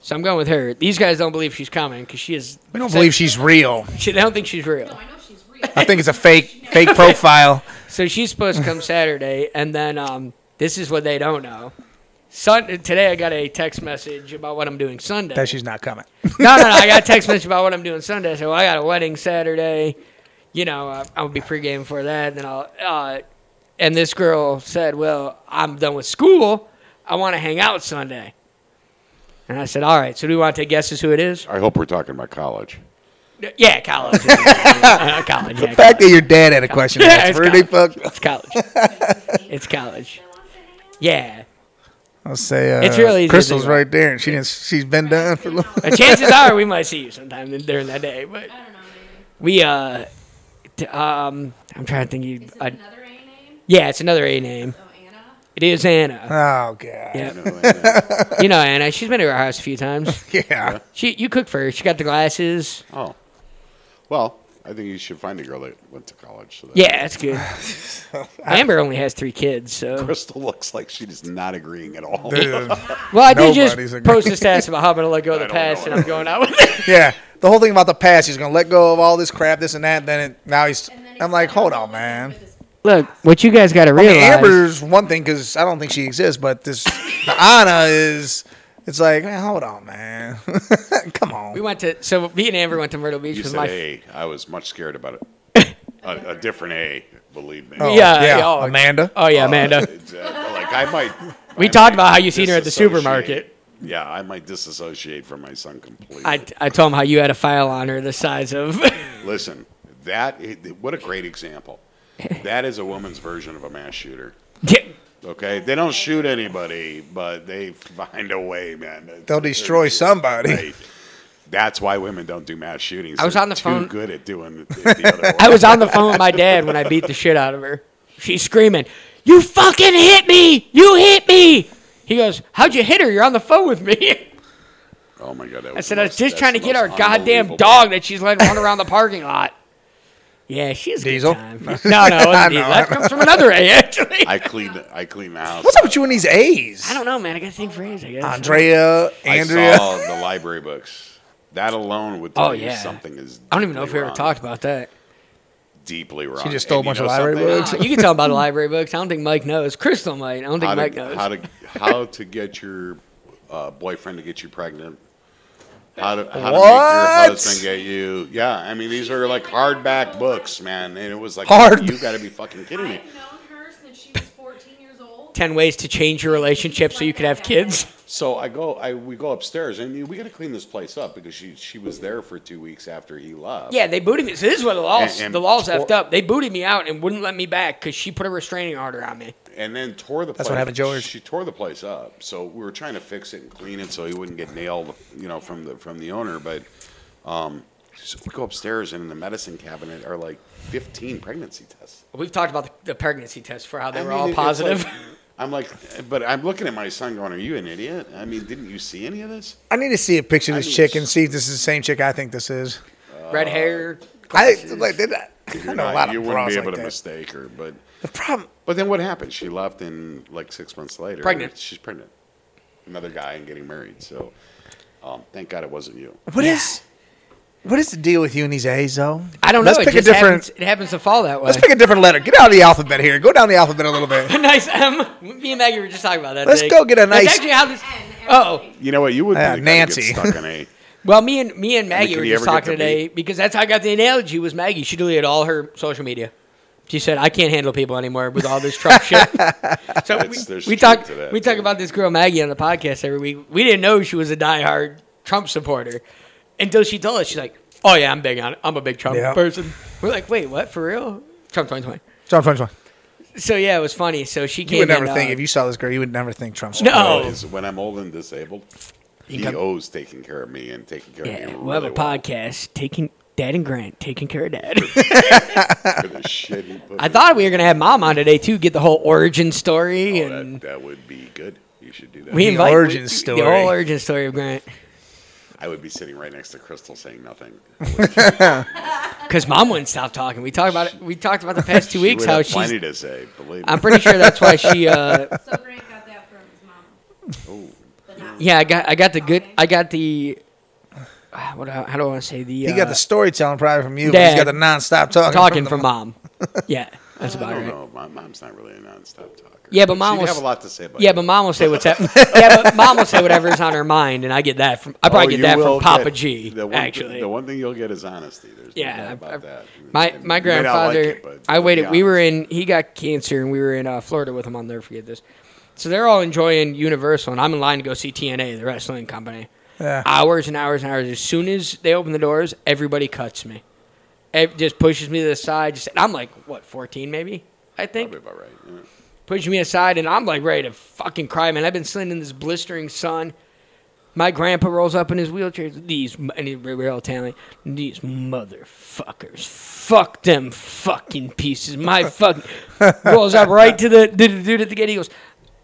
D: So I'm going with her. These guys don't believe she's coming because she is.
B: We don't believe she's real.
D: She, they don't think she's real.
F: No, I know she's real.
B: I think it's a fake fake profile.
D: So she's supposed to come Saturday, and then um, this is what they don't know. Sun- today I got a text message about what I'm doing Sunday.
B: that she's not coming.
D: no, no, no. I got a text message about what I'm doing Sunday. So I got a wedding Saturday. You know, uh, I'll be pregame for that. Then I'll. Uh, and this girl said, "Well, I'm done with school. I want to hang out Sunday." And I said, "All right. So do you want to take guesses who it is?"
E: I hope we're talking about college.
D: Yeah, college. Uh, college. Yeah,
B: The fact that your dad had a question
D: Yeah,
B: that's
D: it's
B: really
D: college.
B: fucked.
D: It's college. it's college. Yeah.
B: I'll say uh,
D: It's really easy to
B: Crystal's
D: do that.
B: right there, and she didn't. She's been done for. a little-
D: Uh, chances are we might see you sometime during that day, but
F: I don't know.
D: We uh, d- um, I'm trying to think. You,
F: Is it
D: I,
F: another A name?
D: yeah, it's another A name.
F: Oh, Anna?
D: It is Anna.
B: Oh god.
D: Yeah.
E: You know, and, uh,
D: You know Anna. She's been to our house a few times.
B: Yeah.
D: She you cooked for her. She got the glasses.
E: oh, well, I think you should find a girl that went to college. So that
D: Yeah, that's good. Amber only has three kids, so.
E: Crystal looks like she is not agreeing at all.
B: Dude.
D: Well, I did
B: Nobody's a-
D: just post a status about how I'm gonna let go of
E: I
D: the
E: don't know
D: past, and I'm
E: what
D: going out with it.
B: yeah. The whole thing about the past, he's gonna let go of all this crap, this and that. Then it, now he's.
F: And then
B: I'm like,
F: explain
B: hold
F: all
B: on,
F: of
B: man.
F: this with
D: Look, what you guys got to
B: I
D: realize.
B: mean, Amber's one thing because I don't think she exists, but this the Anna is. It's like, man, hold on, man. Come
D: we
B: on.
D: went to so me and Amber went to Myrtle Beach
E: You
D: with
E: said
D: my.
E: A. I was much scared about it. a, a different A, believe me.
B: Oh,
D: yeah, yeah, oh,
B: Amanda.
D: Oh yeah,
E: Uh,
D: Amanda.
E: exactly. Like I might.
D: We
E: I
D: talked
E: might
D: about how you seen her at the
E: disassociate.
D: supermarket.
E: Yeah, I might disassociate from my son completely.
D: I, I told him how you had a file on her the size of.
E: Listen, that i- what a great example. That is a woman's version of a mass shooter. Okay, they don't shoot anybody, but they find a way, man. It's-
B: They'll destroy somebody.
E: Right. That's why women don't do mass shootings.
D: I was
E: They're
D: on the
E: too
D: phone-
E: Good at doing it the, the other way.
D: I was on the phone with my dad when I beat the shit out of her. She's screaming, "You fucking hit me! You hit me!" He goes, "How'd you hit her? You're on the phone with me."
E: Oh my god! That
D: I
E: was
D: said,
E: the
D: "I
E: most-
D: was just
E: that's
D: trying to
E: the
D: get our
E: most
D: goddamn
E: unbelievable-
D: dog that she's letting run around the parking lot." Yeah, she's
B: Diesel?
D: Good time. No, no, it wasn't Diesel. That comes from another A, actually.
E: I cleaned. I cleaned the house.
B: What's up with you and these A's?
D: I don't know, man. I got to think for A's, I guess.
B: Andrea, Andrea.
E: I saw the library books. That alone would tell
D: Oh,
E: you
D: yeah.
E: something is.
D: I don't even know if
E: deeply
D: we ever
E: wrong.
D: talked about that.
E: Deeply wrong.
B: just stole
E: And
B: a
E: you
B: bunch of
E: know
B: library
E: something?
B: books.
D: Oh, you can tell by the library books. I don't think Mike knows. Crystal might. I don't think
E: How
D: Mike
E: to,
D: knows.
E: how to how to get your uh, boyfriend to get you pregnant. How to, how to make
B: What?
E: your husband get you? Yeah, I mean these are like hardback books, man. And it was like,
B: Hard-
E: you got to be fucking kidding me.
F: I've known her since she was 14 years old.
D: 10 ways to change your relationship so you could have kids.
E: So I go, I we go upstairs, and we got to clean this place up because she she was there for two weeks after he left.
D: Yeah, they booted me. So this is what the laws,
E: And- and
D: the laws
E: for-
D: effed up. They booted me out and wouldn't let me back because she put a restraining order on me.
E: and then tore the.
B: That's
E: place.
B: what happened to George.
E: She tore the place up, so we were trying to fix it and clean it so he wouldn't get nailed, you know, from the from the owner. But um, so we go upstairs and in the medicine cabinet are like 15 pregnancy tests.
D: We've talked about the, the pregnancy test for how they
E: I
D: were
E: mean,
D: all
E: it- it's
D: positive.
E: like- I'm like, but I'm looking at my son going, "Are you an idiot? I mean, didn't you see any of this?"
B: I need to see a picture of
E: I
B: this
E: need
B: chick
E: to-
B: and see if this is the same chick I think this is.
D: Red hair.
E: uh,
B: I
D: glasses.
B: like they I, I
E: You're
B: know a
E: not-
B: lot
E: you
B: of
E: wouldn't
B: bras
E: be
B: like
E: able to
B: that.
E: mistake her, but
B: the problem,
E: but then what happened? She left, and like six months later,
D: Pregnant.
E: She's pregnant. Another guy and getting married. So, um, thank God it wasn't you.
B: What is what is the deal with you and these A's though?
D: I don't know.
B: Let's
D: it
B: pick a
D: just
B: different.
D: Happens, it happens to fall that way.
B: Let's pick a different letter. Get out of the alphabet here. Go down the alphabet a little bit.
D: nice M. Me and Maggie were just talking about that.
B: Let's
D: today.
B: go get a nice-
D: That's actually how this.
F: And
D: Oh,
E: You know what? You would
B: Yeah,
E: be the guy who
B: Uh, Nancy.
E: gets stuck on a.
D: well, me and me and Maggie
E: could
D: were
E: he
D: just
E: ever get
D: talking
E: to
D: today
E: meet-
D: because that's how I got the analogy. Was Maggie? She deleted all her social media. She said, "I can't handle people anymore with all this Trump shit." so
E: That's-
D: we,
E: there's
D: we
E: truth
D: talk
E: to that,
D: we talk
E: too.
D: about this girl Maggie on the podcast every week. We didn't know she was a diehard Trump supporter until she told us. She's like, "Oh yeah, I'm big on it. I'm a big Trump
B: Yeah.
D: person." We're like, "Wait, what? For real? Trump 2020."
B: Trump 2020.
D: So yeah, it was funny. So she came.
B: You would never
D: in,
B: think
D: uh,
B: if you saw this girl, you would never think Trump.
D: No.
E: Well,
D: Oh.
E: is when I'm old and disabled, he
D: come-
E: owes taking care of me and taking care
D: Yeah,
E: of me.
D: we'll have a podcast taking Dad and Grant taking care of Dad.
E: podcast. For the shit he put
D: I
E: in.
D: thought we were gonna have Mom on today too, get the whole origin story,
E: Oh,
D: and
E: that, that would be good. You should do that.
D: we invite
B: origin
D: we-
B: story.
D: the whole origin story of Grant,
E: I would be sitting right next to Crystal saying nothing.
D: because Mom wouldn't stop talking. We talked about it. We talked about the past two
E: She
D: weeks
E: would
D: how
E: have
D: she's.
E: plenty to say. Believe me.
D: I'm pretty sure that's why she. Uh,
F: So Grant got that from his mama.
B: Oh.
E: Ooh.
F: But not
D: yeah, I got I got the good. I got the. ah, What do I- how do I want to say the?
B: He got
D: uh,
B: the storytelling probably from you, but he's
D: Dad.
B: got the nonstop talking.
D: talking
B: the
D: from Mom. Yeah, that's
E: I
D: about
E: don't
D: right.
E: know. My mom's not really a nonstop talker.
D: Yeah, but mom
E: She'd
D: was-
E: have a lot to say. About
D: Yeah, but mom will say what's up. yeah, but mom will say whatever's on her mind, and I get that from. I
E: Oh,
D: probably get
E: you
D: that
E: will
D: from Papa
E: get-
D: G.
E: The one, thi-
D: actually,
E: the one thing you'll get is honesty. There's
D: Yeah,
E: no doubt about
D: I- I-
E: that.
D: My
E: And
D: my
E: you may not like
D: grandfather.
E: it, but
D: I
E: be
D: waited. We were
E: honest.
D: in. He got cancer, and we were in uh, Florida with him. I'll never forget this. So they're all enjoying Universal, and I'm in line to go see TNA, the wrestling company.
B: Yeah.
D: Hours and hours and hours. As soon as they open the doors, everybody cuts me. Ev- just pushes me to the side. Just and I'm like, what, 14 maybe? I think
E: Probably about right. yeah.
D: pushed me aside, and I'm like ready to fucking cry, man. I've been sitting in this blistering sun. My grandpa rolls up in his wheelchair. These m- and he's re- real Italian. These motherfuckers. Fuck them fucking pieces. My fucking rolls up right to the, to the dude at the gate. He goes,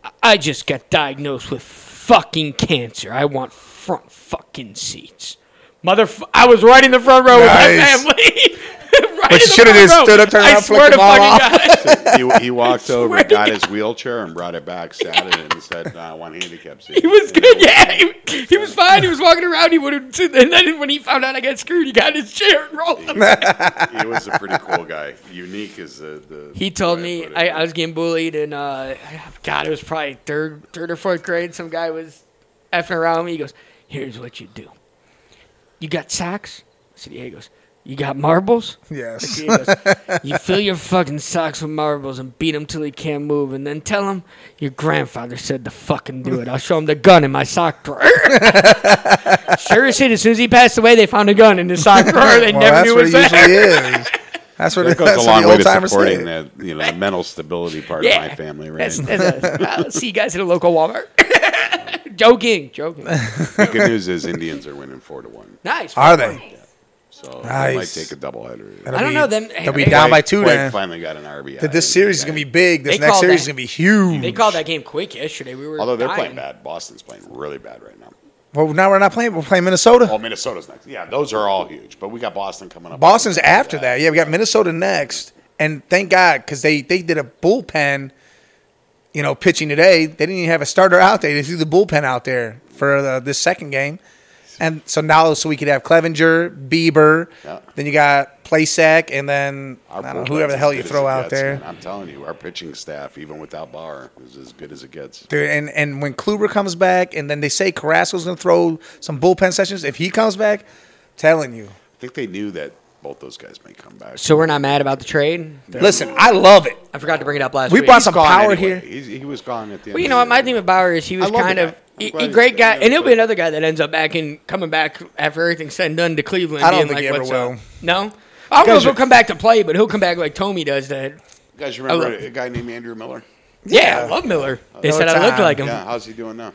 D: "I- "I just got diagnosed with fucking cancer. I want front fucking seats." Motherf- I was right in the front row
B: Nice.
D: with my family. right
B: But
D: in the
B: shoulda
D: front
B: just
D: row.
B: stood up, turned
D: I
B: around,
D: swear
B: flicked
D: to
B: them all
D: fucking
B: off.
D: God.
E: he, he walked over,
D: swear to
E: got his wheelchair, and brought it back, sat in it, and said, "No, "I want handicap seats."
D: He was good, yeah. He, he was fine. He was walking around. He would have, and then when he found out I got screwed, he got in his chair and rolled. Up.
E: He was a pretty cool guy. Unique is the. the
D: He told
E: way
D: me
E: put it.
D: I, I was getting bullied, and uh, God, it was probably third, third or fourth grade. Some guy was effing around with me. He goes, "Here's what you do. You got socks?" I said, "Yeah." He goes, "You got marbles?"
B: Yes.
D: He goes, you fill your fucking socks with marbles and beat him till he can't move, and then tell him your grandfather said to fucking do it. I'll show him the gun in my sock drawer. sure as shit, as soon as he passed away, they found a gun in his sock drawer. They never
B: Well, that's
D: knew it
B: what
D: was
B: it
D: there.
B: usually is. That's what
E: That
B: it
E: goes
B: that's
E: a
B: what
E: long
B: the
E: way
B: old
E: to
B: timers
E: supporting
B: say.
E: the you know mental stability part
D: Yeah,
E: of my family, right?
D: That's, that's a, I'll see you guys at a local Walmart. joking, joking.
E: the good news is Indians are winning four to one,
D: Nice.
B: Are they?
E: so they might
B: Nice.
E: take a doubleheader.
D: I don't know them.
B: They'll be
D: they-
B: down by two
E: Blake
B: then.
E: finally got an RBI.
B: That this series is gonna be big. This
D: They
B: next
D: called
B: series
D: that-
B: is gonna be huge.
D: They called that game quick yesterday. We were
E: Although they're
D: dying.
E: playing bad, Boston's playing really bad right now.
B: Well, now we're not playing. We're playing Minnesota.
E: Well, Minnesota's next. Yeah, those are all huge, but we got Boston coming up.
B: Boston's after that. Yeah, we got Minnesota next, and thank God because they they did a bullpen. You know, pitching today, they didn't even have a starter out there. They threw the bullpen out there for the, this second game, and so now so we could have Clevenger, Bieber,
E: Yeah.
B: then you got Playsack, and then I don't know,
E: bullpen's
B: whoever the
E: as
B: hell
E: good
B: you
E: as
B: throw
E: it
B: out
E: gets,
B: there.
E: man. I'm telling you, our pitching staff, even without Barr, is as good as it gets.
B: Dude, and, and when Kluber comes back, and then they say Carrasco's going to throw some bullpen sessions. If he comes back, telling you,
E: I think they knew that both those guys may come back.
D: So we're not mad about the trade.
B: listen, I love it.
D: I forgot to bring it up last
B: We
D: week.
B: bought some
E: Gone
B: power
E: anyway.
B: here.
E: He's, he was gone at the end.
D: Well, you
E: of
D: know
E: the
D: what? My
E: year.
D: thing with Bauer is he was
E: I love
D: kind
E: the
D: of
E: guy. I'm
D: a,
E: glad
D: a
E: he's
D: great
E: there,
D: guy, and he'll be
E: but-
D: another guy that ends up back and coming back after everything's said and done to Cleveland.
B: I don't
D: being
B: think
D: like,
B: he ever
D: what's up?
B: will.
D: No, I don't know
B: Guys
D: if he'll
B: are-
D: come back to play, but he'll come back like Tommy does. That
E: You guys remember
D: love-
E: a guy named Andrew Miller?
D: yeah, I love Miller. They
B: No
D: said I looked
B: time.
D: like him.
E: Yeah, how's he doing now?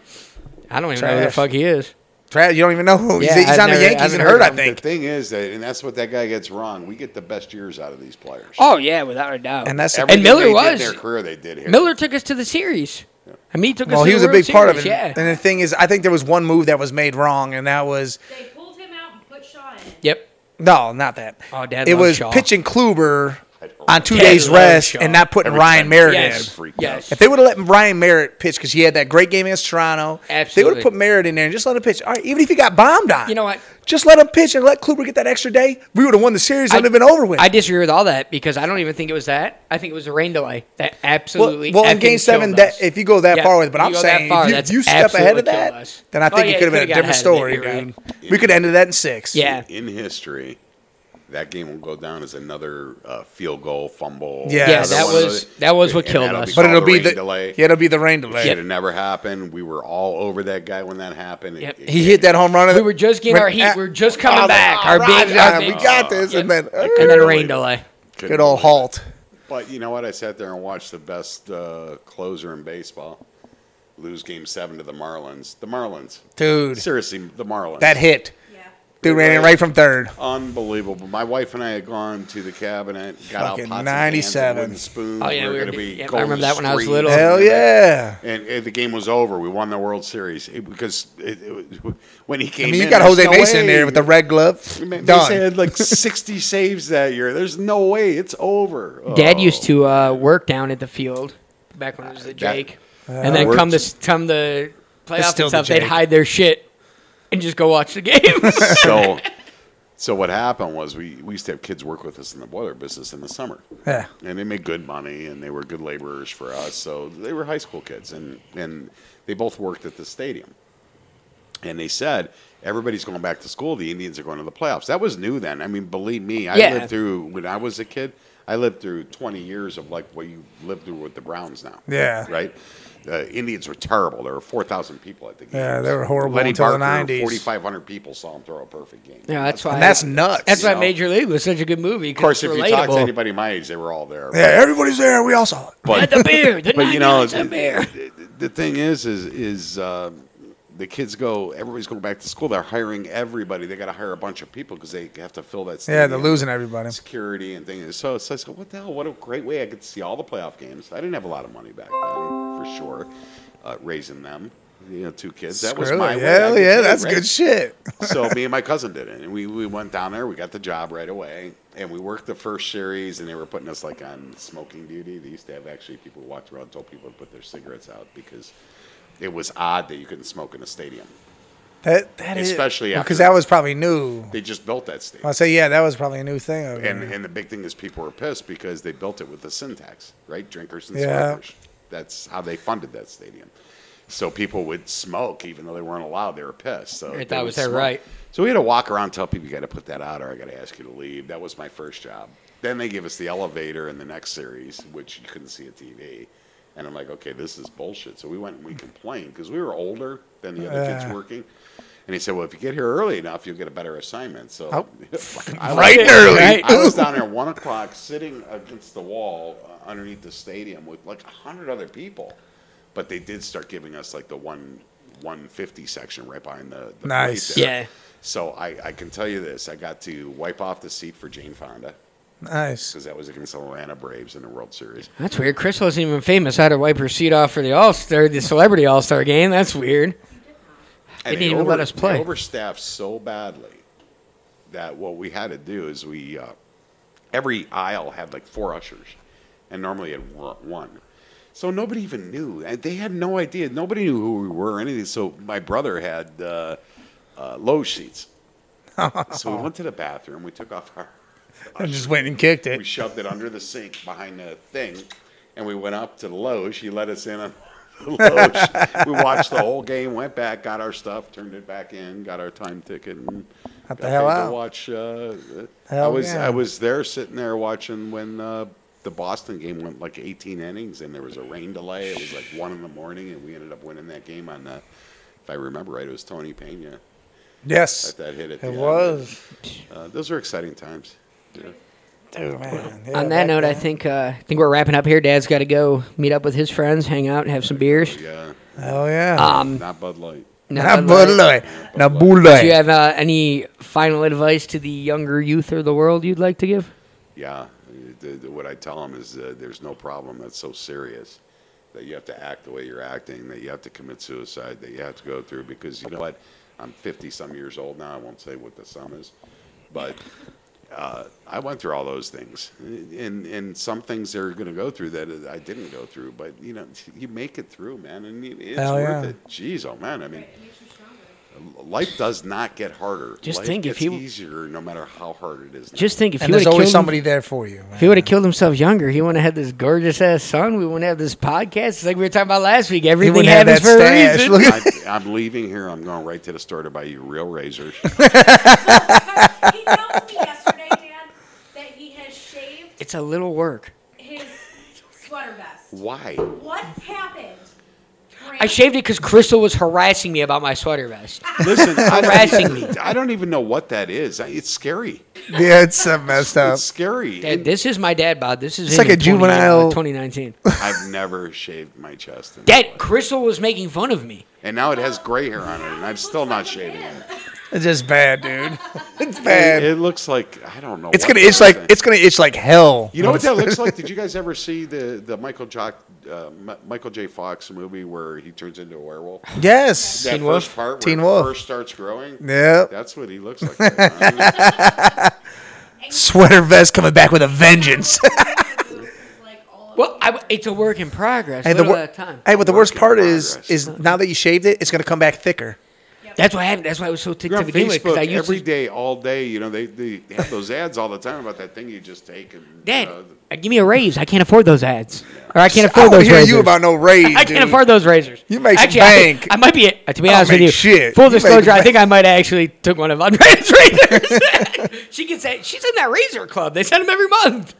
D: I don't even know who the
B: Trash.
D: fuck he is.
B: Trav, you don't even know who he's,
D: Yeah,
B: he's
D: I've
B: on the
D: never- I
B: Yankees
D: haven't
B: and
D: heard
B: hurt. I
D: of him.
E: The
B: think,
E: thing is that, and that's what that guy gets wrong. We get the best years out of these players.
D: Oh yeah, without a doubt.
B: and that's
E: Everything
D: Miller
E: they did
D: was-
E: in their career. They did here.
D: Miller took us to the series. I mean, he took
B: well,
D: us.
B: he
D: to
B: was
D: the
B: a big
D: World
B: part of
D: Series,
B: it.
D: Yeah.
B: And the thing is, I think there was one move that was made wrong, and that was
F: They pulled him out and put Shaw in.
D: yep.
B: no, not that.
D: Oh, Dad
B: it
D: loves
B: was
D: Shaw.
B: pitching Kluber
E: I don't-
B: on two
D: Dad
B: days
D: loves
B: rest
D: Shaw.
B: and not putting
E: Every
B: Ryan
E: time
B: Merritt
E: he
D: Yes.
B: in.
E: freaked
D: Yes.
E: out.
B: If they would have let Ryan Merritt pitch because he had that great game against Toronto, they would
D: Absolutely.
B: have put Merritt in there and just let him pitch. All right, even if he got bombed on,
D: You know what?
B: Just let him pitch and let Kluber get that extra day. We would have won the series. and It would have been over with.
D: I disagree with all that because I don't even think it was that. I think it was a rain delay that absolutely.
B: Well, well in
D: effing
B: game seven,
D: killed
B: that
D: us.
B: if you go that
D: Yeah,
B: far with, it, but
D: you
B: I'm
D: go that
B: saying
D: far,
B: if
D: that's
B: you, you step ahead
D: absolutely
B: of that,
D: killed us.
B: then I
D: Oh,
B: think
D: yeah,
B: it could have been a
D: could've got
B: different
D: ahead
B: story.
D: of it, you're
B: dude. We could have ended that in six.
D: Yeah.
E: In history, that game will go down as another uh, field goal fumble.
B: Yeah,
D: Yeah,
E: Another
D: that
E: one of
D: was-
E: the-
D: that was what
E: and
D: killed
E: that'll
D: us.
B: but
E: called
B: it'll be
E: rain
B: the
E: delay.
B: yeah, it'll be the rain delay.
E: Should have never happened. We were all over that guy when that happened. It-
D: Yep.
E: it
B: He
E: came-
B: hit that home run. of the-
D: We were just getting
B: when-
D: our heat.
B: ah,
D: We were just coming
B: oh,
D: back.
B: oh,
D: Our big-
B: Ryan,
E: Uh,
D: our big-
B: we got this, and then uh,
D: and then a
E: Really?
D: rain delay.
E: couldn't
B: good old
E: believe it.
B: halt.
E: But you know what? I sat there and watched the best uh, closer in baseball lose Game Seven to the Marlins. The Marlins,
B: dude.
E: seriously, the Marlins.
B: That hit,
F: Yeah.
B: dude, ran in right from third.
E: Unbelievable. My wife and I had gone to the cabinet, got
B: Fucking
E: out pots
B: 97.
E: and pans and wooden spoons.
D: Oh, yeah, we were
E: gonna
D: d-
E: be
D: yeah, I
E: going
D: remember
E: to
D: that when I was
E: street.
D: little.
B: Hell yeah!
E: And, and the game was over. We won the World Series It- because it, it, was- when he
B: I
E: came
B: mean, you
E: in,
B: got
E: there's
B: Jose
E: no
B: Mason
E: way.
B: in there with the red glove.
E: Ma- Mason
B: Done.
E: had like 60 saves that year. There's no way. It's over.
D: Dad
E: Oh.
D: used to uh, work down at the field back when it was the Jake, and then
E: Uh, worked-
D: come the come the playoff
B: still
D: and
B: the
D: stuff, they'd
B: Jake.
D: hide their shit and just go watch the games.
E: so so what happened was we, we used to have kids work with us in the boiler business in the summer
B: Yeah.
E: and they made good money and they were good laborers for us so they were high school kids and, and they both worked at the stadium and they said everybody's going back to school the indians are going to the playoffs that was new then i mean believe me i
D: Yeah.
E: lived through when i was a kid i lived through 20 years of like what you lived through with the browns now
B: Yeah.
E: right the indians were terrible there were 4000 people at the game
B: Yeah, they were horrible until the 90s.
E: 4500 people saw him throw a perfect game
D: yeah, that's why.
B: And that's nuts.
D: that's
E: you
D: why
E: know.
D: Major League was such a good movie.
E: Of course, if you talk to
D: relatable.
E: anybody my age, they were all there.
B: yeah, everybody's there. We all saw it.
E: But,
D: Had the beer, the
E: but you know,
D: the beer.
E: the, the thing is, is is uh, the kids go, everybody's going back to school. They're hiring everybody. They got to hire a bunch of people because they have to fill that.
B: Yeah, they're
E: stadium.
B: losing everybody.
E: Security and things. So, so I said, what the hell? What a great way I could see all the playoff games. I didn't have a lot of money back then, for sure, uh, raising them. You know, two kids. That was
B: Screw
E: my
B: it.
E: way. I
B: Hell
E: could
B: yeah,
E: do it,
B: that's
E: right?
B: good shit.
E: so me and my cousin did it, and we, we went down there. We got the job right away, and we worked the first series. And they were putting us like on smoking duty. They used to have actually people walked around and told people to put their cigarettes out because it was odd that you couldn't smoke in a stadium.
B: That that is
E: Especially after-
B: because that was probably new.
E: They just built that stadium,
B: I say yeah, that was probably a new thing. Over
E: and
B: there.
E: and the big thing is people were pissed because they built it with the syntax, right? Drinkers and
B: Yeah.
E: smokers. That's how they funded that stadium. So people would smoke even though they weren't allowed. They were pissed. So
D: Right,
E: they
D: that
E: would
D: was their
E: smoke.
D: right.
E: So we had to walk around, and tell people you got to put that out, or I got to ask you to leave. That was my first job. Then they give us the elevator in the next series, which you couldn't see a TV. And I'm like, okay, this is bullshit. So we went and we complained because we were older than the other kids
B: Yeah.
E: working. And he said, well, if you get here early enough, you'll get a better assignment. So I
B: Oh. right
E: was-
B: and early.
D: Right.
E: I was down there at one o'clock, sitting against the wall uh, underneath the stadium with like a hundred other people. But they did start giving us like the one one fifty section right behind the, the plate
B: Nice.
E: there.
D: Yeah.
E: So I, I can tell you this: I got to wipe off the seat for Jane Fonda
B: nice.
E: because that was against the Atlanta Braves in the World Series.
D: That's weird. Crystal isn't even famous. I had to wipe her seat off for the All Star, the Celebrity All Star game. That's weird. They didn't even let us play.
E: They overstaffed so badly that what we had to do is we uh, every aisle had like four ushers, and normally it wa- one. So nobody even knew. And They had no idea. Nobody knew who we were or anything. So my brother had uh, uh, low seats. so we went to the bathroom. We took off our
B: I just went and kicked
E: we
B: it.
E: shoved it under the sink behind the thing, and we went up to the loge. He let us in on the loge. we watched the whole game, went back, got our stuff, turned it back in, got our time ticket, and
B: Got the
E: got
B: hell
E: paid
B: out.
E: to watch. Uh, I
B: Hell
E: was
B: yeah.
E: I was there sitting there watching when uh, the Boston game went like 18 innings, and there was a rain delay. It was like one in the morning, and we ended up winning that game on the. If I remember right, it was Tony Pena
B: Yes,
E: that, that hit it.
B: it was.
E: Uh, those were exciting times. Yeah.
B: Dude, man. Yeah,
D: On that
B: back
D: note, I
B: then.
D: think uh, I think we're wrapping up here. Dad's got to go meet up with his friends, hang out, and have some beers.
E: Yeah.
B: Hell yeah.
D: Um,
E: Not Bud Light.
B: Not
D: Bud
B: Bud
D: Light.
B: Light. Not
E: Bud
B: Bud
D: Do you
B: Light.
D: have uh, any final advice to the younger youth of the world you'd like to give?
E: Yeah, the, the, what I tell them is uh, there's no problem that's so serious that you have to act the way you're acting, that you have to commit suicide, that you have to go through because you know what? I'm 50 some years old now. I won't say what the sum is, but uh, I went through all those things, and and some things they're going to go through that uh, I didn't go through. But you know, you make it through, man, and it- it's
B: Hell
E: worth
B: yeah.
E: it. Jeez, oh man, I mean,
F: It makes you stronger.
E: life does not get harder.
D: Just
E: life
D: think if
E: gets
D: he-
E: easier, no matter how hard it is. now.
D: Just think if
B: And
D: he would
B: there's
D: have
B: always
D: killed
B: somebody
D: somebody.
B: there for you. man.
D: If he would have killed himself younger, he wouldn't have had this gorgeous ass son. We wouldn't have this podcast. It's like we were talking about last week.
B: He
D: Everything
B: wouldn't have
D: happens
B: that
D: for a
B: stash.
D: reason.
B: Look at-
E: I, I'm leaving here. I'm going right to the store to buy you real razors.
F: he told me yesterday, Dan, that he has shaved
D: It's a little work.
F: his sweater vest.
E: Why?
F: What happened?
D: I shaved it because Crystal was harassing me about my sweater vest.
E: Listen, I
D: Harassing me.
E: don't, I don't even know what that is. I- It's scary.
B: yeah, it's uh, messed up.
E: It's scary.
D: Dad,
E: And
D: this is my dad bod. This is
B: It's
D: him
B: like
D: in
B: a
D: 20, uh,
B: juvenile-
D: 2019.
E: I've never shaved my chest. in my
D: Dad,
E: life.
D: Crystal was making fun of me.
E: and now it has gray hair on it, and I'm still not shaving it.
B: It's just bad, dude. It's
E: It,
B: bad.
E: it looks like I don't know.
B: it's
E: what
B: gonna
E: that
B: itch like
E: thing-
B: it's gonna itch like hell.
E: You know what that looks like? Did you guys ever see the the Michael Jock, uh, M- Michael J. Fox movie where he turns into a werewolf?
B: Yes.
E: That
D: Teen Wolf?
E: first part where
B: Teen
E: it
B: Wolf.
E: first starts growing.
B: Yep.
E: That's what he looks like. right now.
B: Sweater vest coming back with a vengeance.
F: like all of
D: Well, I w it's a work in progress.
B: Hey, the
D: little
B: wor-
D: at a time.
B: hey, but the
E: Work
B: worst
E: in
B: part is
E: progress.
B: is now that you shaved it, it's gonna come back thicker.
D: That's what happened. That's why I was so ticked
E: You're on
D: to begin with.
E: Facebook
D: Because I
E: every day,
D: used to,
E: all day. You know, they, they have those ads all the time about that thing you just take. And,
D: Dad,
E: you know,
D: uh, give me a raise. I can't afford those ads, or I can't afford
B: I don't
D: those
B: hear
D: razors.
B: you about no raise.
D: I
B: dude.
D: can't afford those razors.
B: You make some
D: actually, I think-
B: bank.
D: I, might be. uh, To be
B: I don't
D: honest with
B: make
D: you,
B: shit.
D: full
B: You make
D: disclosure, I
B: bank.
D: think I might actually took one of Andre's razors. she gets that. She's in that razor club. They send them every month.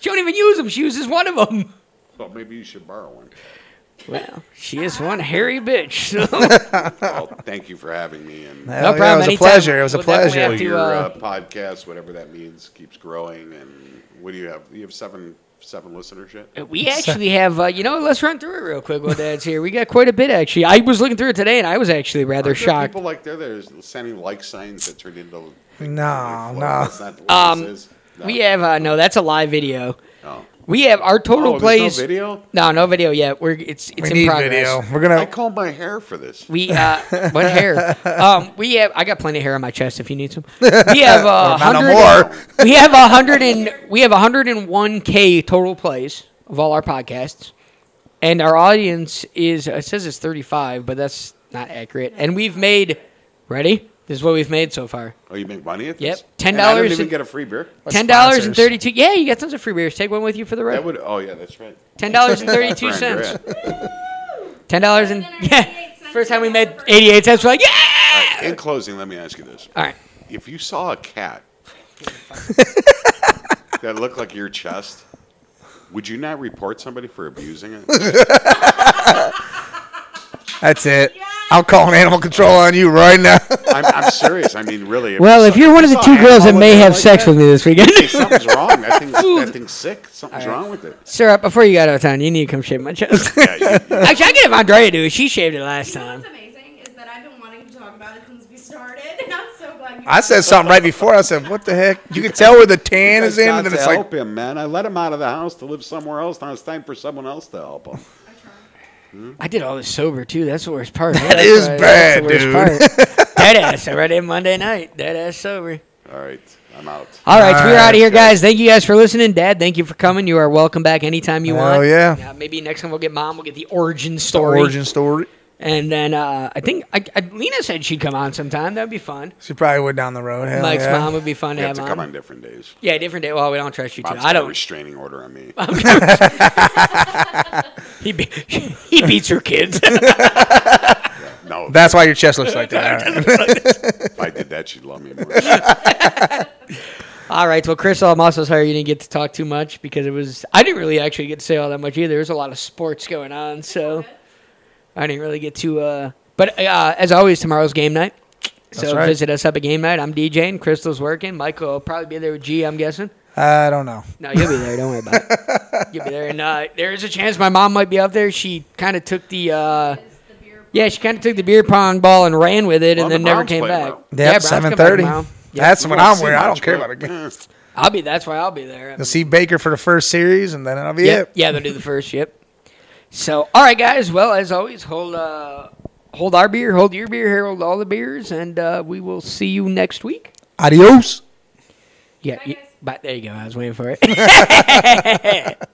D: She don't even use them. She uses one of them.
E: well, maybe you should borrow one.
D: Well, she is one hairy bitch. So.
E: well, thank you for having me. And
B: Hell yeah,
D: problem,
B: It was a
D: anytime.
B: pleasure. It was a
D: We'll definitely
B: pleasure.
D: have to-
E: your
D: uh,
E: uh, podcast, whatever that means, keeps growing. And what do you have? You have seven seven listenership?
D: We actually have, uh, you know, let's run through it real quick while Dad's here. We got quite a bit actually. I was looking through it today, and I was actually rather
E: Aren't there
D: shocked.
E: People like there, there's sending like signs that turned into.
B: No, no.
E: That's not what
D: Um,
E: this is. No.
D: We have uh, no, that's a live video.
E: No.
D: We have our total
E: Oh, there's no
D: plays.
E: video?
D: No, no video yet. We're it's it's
B: we
D: in
B: need
D: progress.
B: video. We're
E: I
B: gonna.
E: combed my hair for this.
D: We uh, what hair? Um, we have. I got plenty of hair on my chest. If you need some, we have uh,
B: Not no
D: hundred.
B: more.
D: We have a hundred and we have hundred and one k total plays of all our podcasts, and our audience is it says it's thirty five, but that's not accurate. And we've made ready. This is what we've made so far.
E: Oh, you make money at
D: Yep.
E: this?
D: $10
E: And I didn't even
D: and-
E: get a free beer.
D: Ten dollars and
B: sponsors.
D: thirty two. Yeah, you got tons of free beers. Take one with you for the
E: That
D: road.
E: would. Oh yeah, that's right.
D: Ten
B: Oh,
D: dollars and thirty two
E: For
D: cents.
E: Andrea.
D: Ten dollars and yeah. First time we made eighty eight cents. We're like yeah.
E: All right, in closing, let me ask you this:
D: All right.
E: If you saw a cat that looked like your chest, would you not report somebody for abusing it?
B: That's it. I'm calling animal control on you right now.
E: I'm, I'm serious. I mean, really. if
D: Well,
E: you
D: if
E: saw-
D: you're one of the
E: saw
D: two
E: an
D: girls that
E: animal
D: may
E: look
D: have
E: like
D: sex
E: that,
D: with me this weekend,
E: hey, something's wrong. That thing's, that thing's sick. Something's wrong with it.
D: Sarah, before you got out of town, you need to come shave my chest. Actually,
E: Yeah, you- you-
D: I can have Andrea do it. She shaved it last
F: You know
D: time.
F: what's amazing is that I've been wanting to talk about it since we started, and I'm so glad you.
B: I said something right before. I said, "What the heck?" You can tell where the tan
E: Guys
B: is in,
E: got
B: and then
E: to
B: it's like,
E: help him, man. I let him out of the house to live somewhere else. Now it's time for someone else to help him.
D: I did all this sober too. That's the worst part. That
B: is bad,
D: part. Dead ass. I read it Monday night. Dead ass sober.
E: All right, I'm out.
D: All right, so we're
B: Alright,
D: out of here,
E: okay.
D: guys. Thank you guys for listening. Dad, thank you for coming. You are welcome back anytime you
B: Hell
D: want.
B: yeah.
D: Uh, maybe next time we'll get mom. We'll get the origin story.
B: origin story.
D: And then uh, I think I, I, Lena said she'd come on sometime. That'd be fun.
B: She probably would down the road. Hell
D: Mike's
B: yeah.
D: mom would be fun
E: You
D: to
E: have
D: have
E: to
D: on.
E: come on different days.
D: Yeah, different day. Well, we don't trust you too.
E: Bob's
D: I
E: got a
D: don't.
E: restraining order on me.
D: He, be- he beats her kids.
E: No,
B: That's why your chest looks like that.
E: if I did that, she'd love me more.
D: all right. Well, Chris, I'm also sorry you didn't get to talk too much because it was. I didn't really actually get to say all that much either. There's a lot of sports going on, so I didn't really get to. Uh, but uh, as always, tomorrow's game night. So
B: right.
D: visit us up at game night. I'm DJing. Crystal's working. Michael will probably be there with G. I'm guessing.
B: I don't know.
D: No, you'll be there. Don't worry about it. You'll be there, and uh, there is a chance my mom might be up there. She kind of took the. Uh, yeah, she kind of took the beer pong ball and ran with it,
E: Well,
D: and
E: the
D: then never
E: Browns
D: came
E: play
D: back.
E: tomorrow.
B: Yep,
D: Browns come back
B: seven thirty.
D: tomorrow. Yeah.
B: That's what
E: Won't
B: I'm
E: see
B: wearing. I
E: much,
B: don't care
E: but-
B: about it.
E: Eh,
D: I'll be. That's why I'll be there. I
B: You'll
D: mean,
B: see Baker for the first series, and then that'll be
D: yep.
B: it.
D: Yeah, they'll do the first. Yep. So, all right, guys. Well, as always, hold uh, hold our beer, hold your beer, hold all the beers, and uh, we will see you next week.
B: Adios.
D: Yeah.
F: Bye,
D: yeah
F: guys.
D: but there you go. I was waiting for it.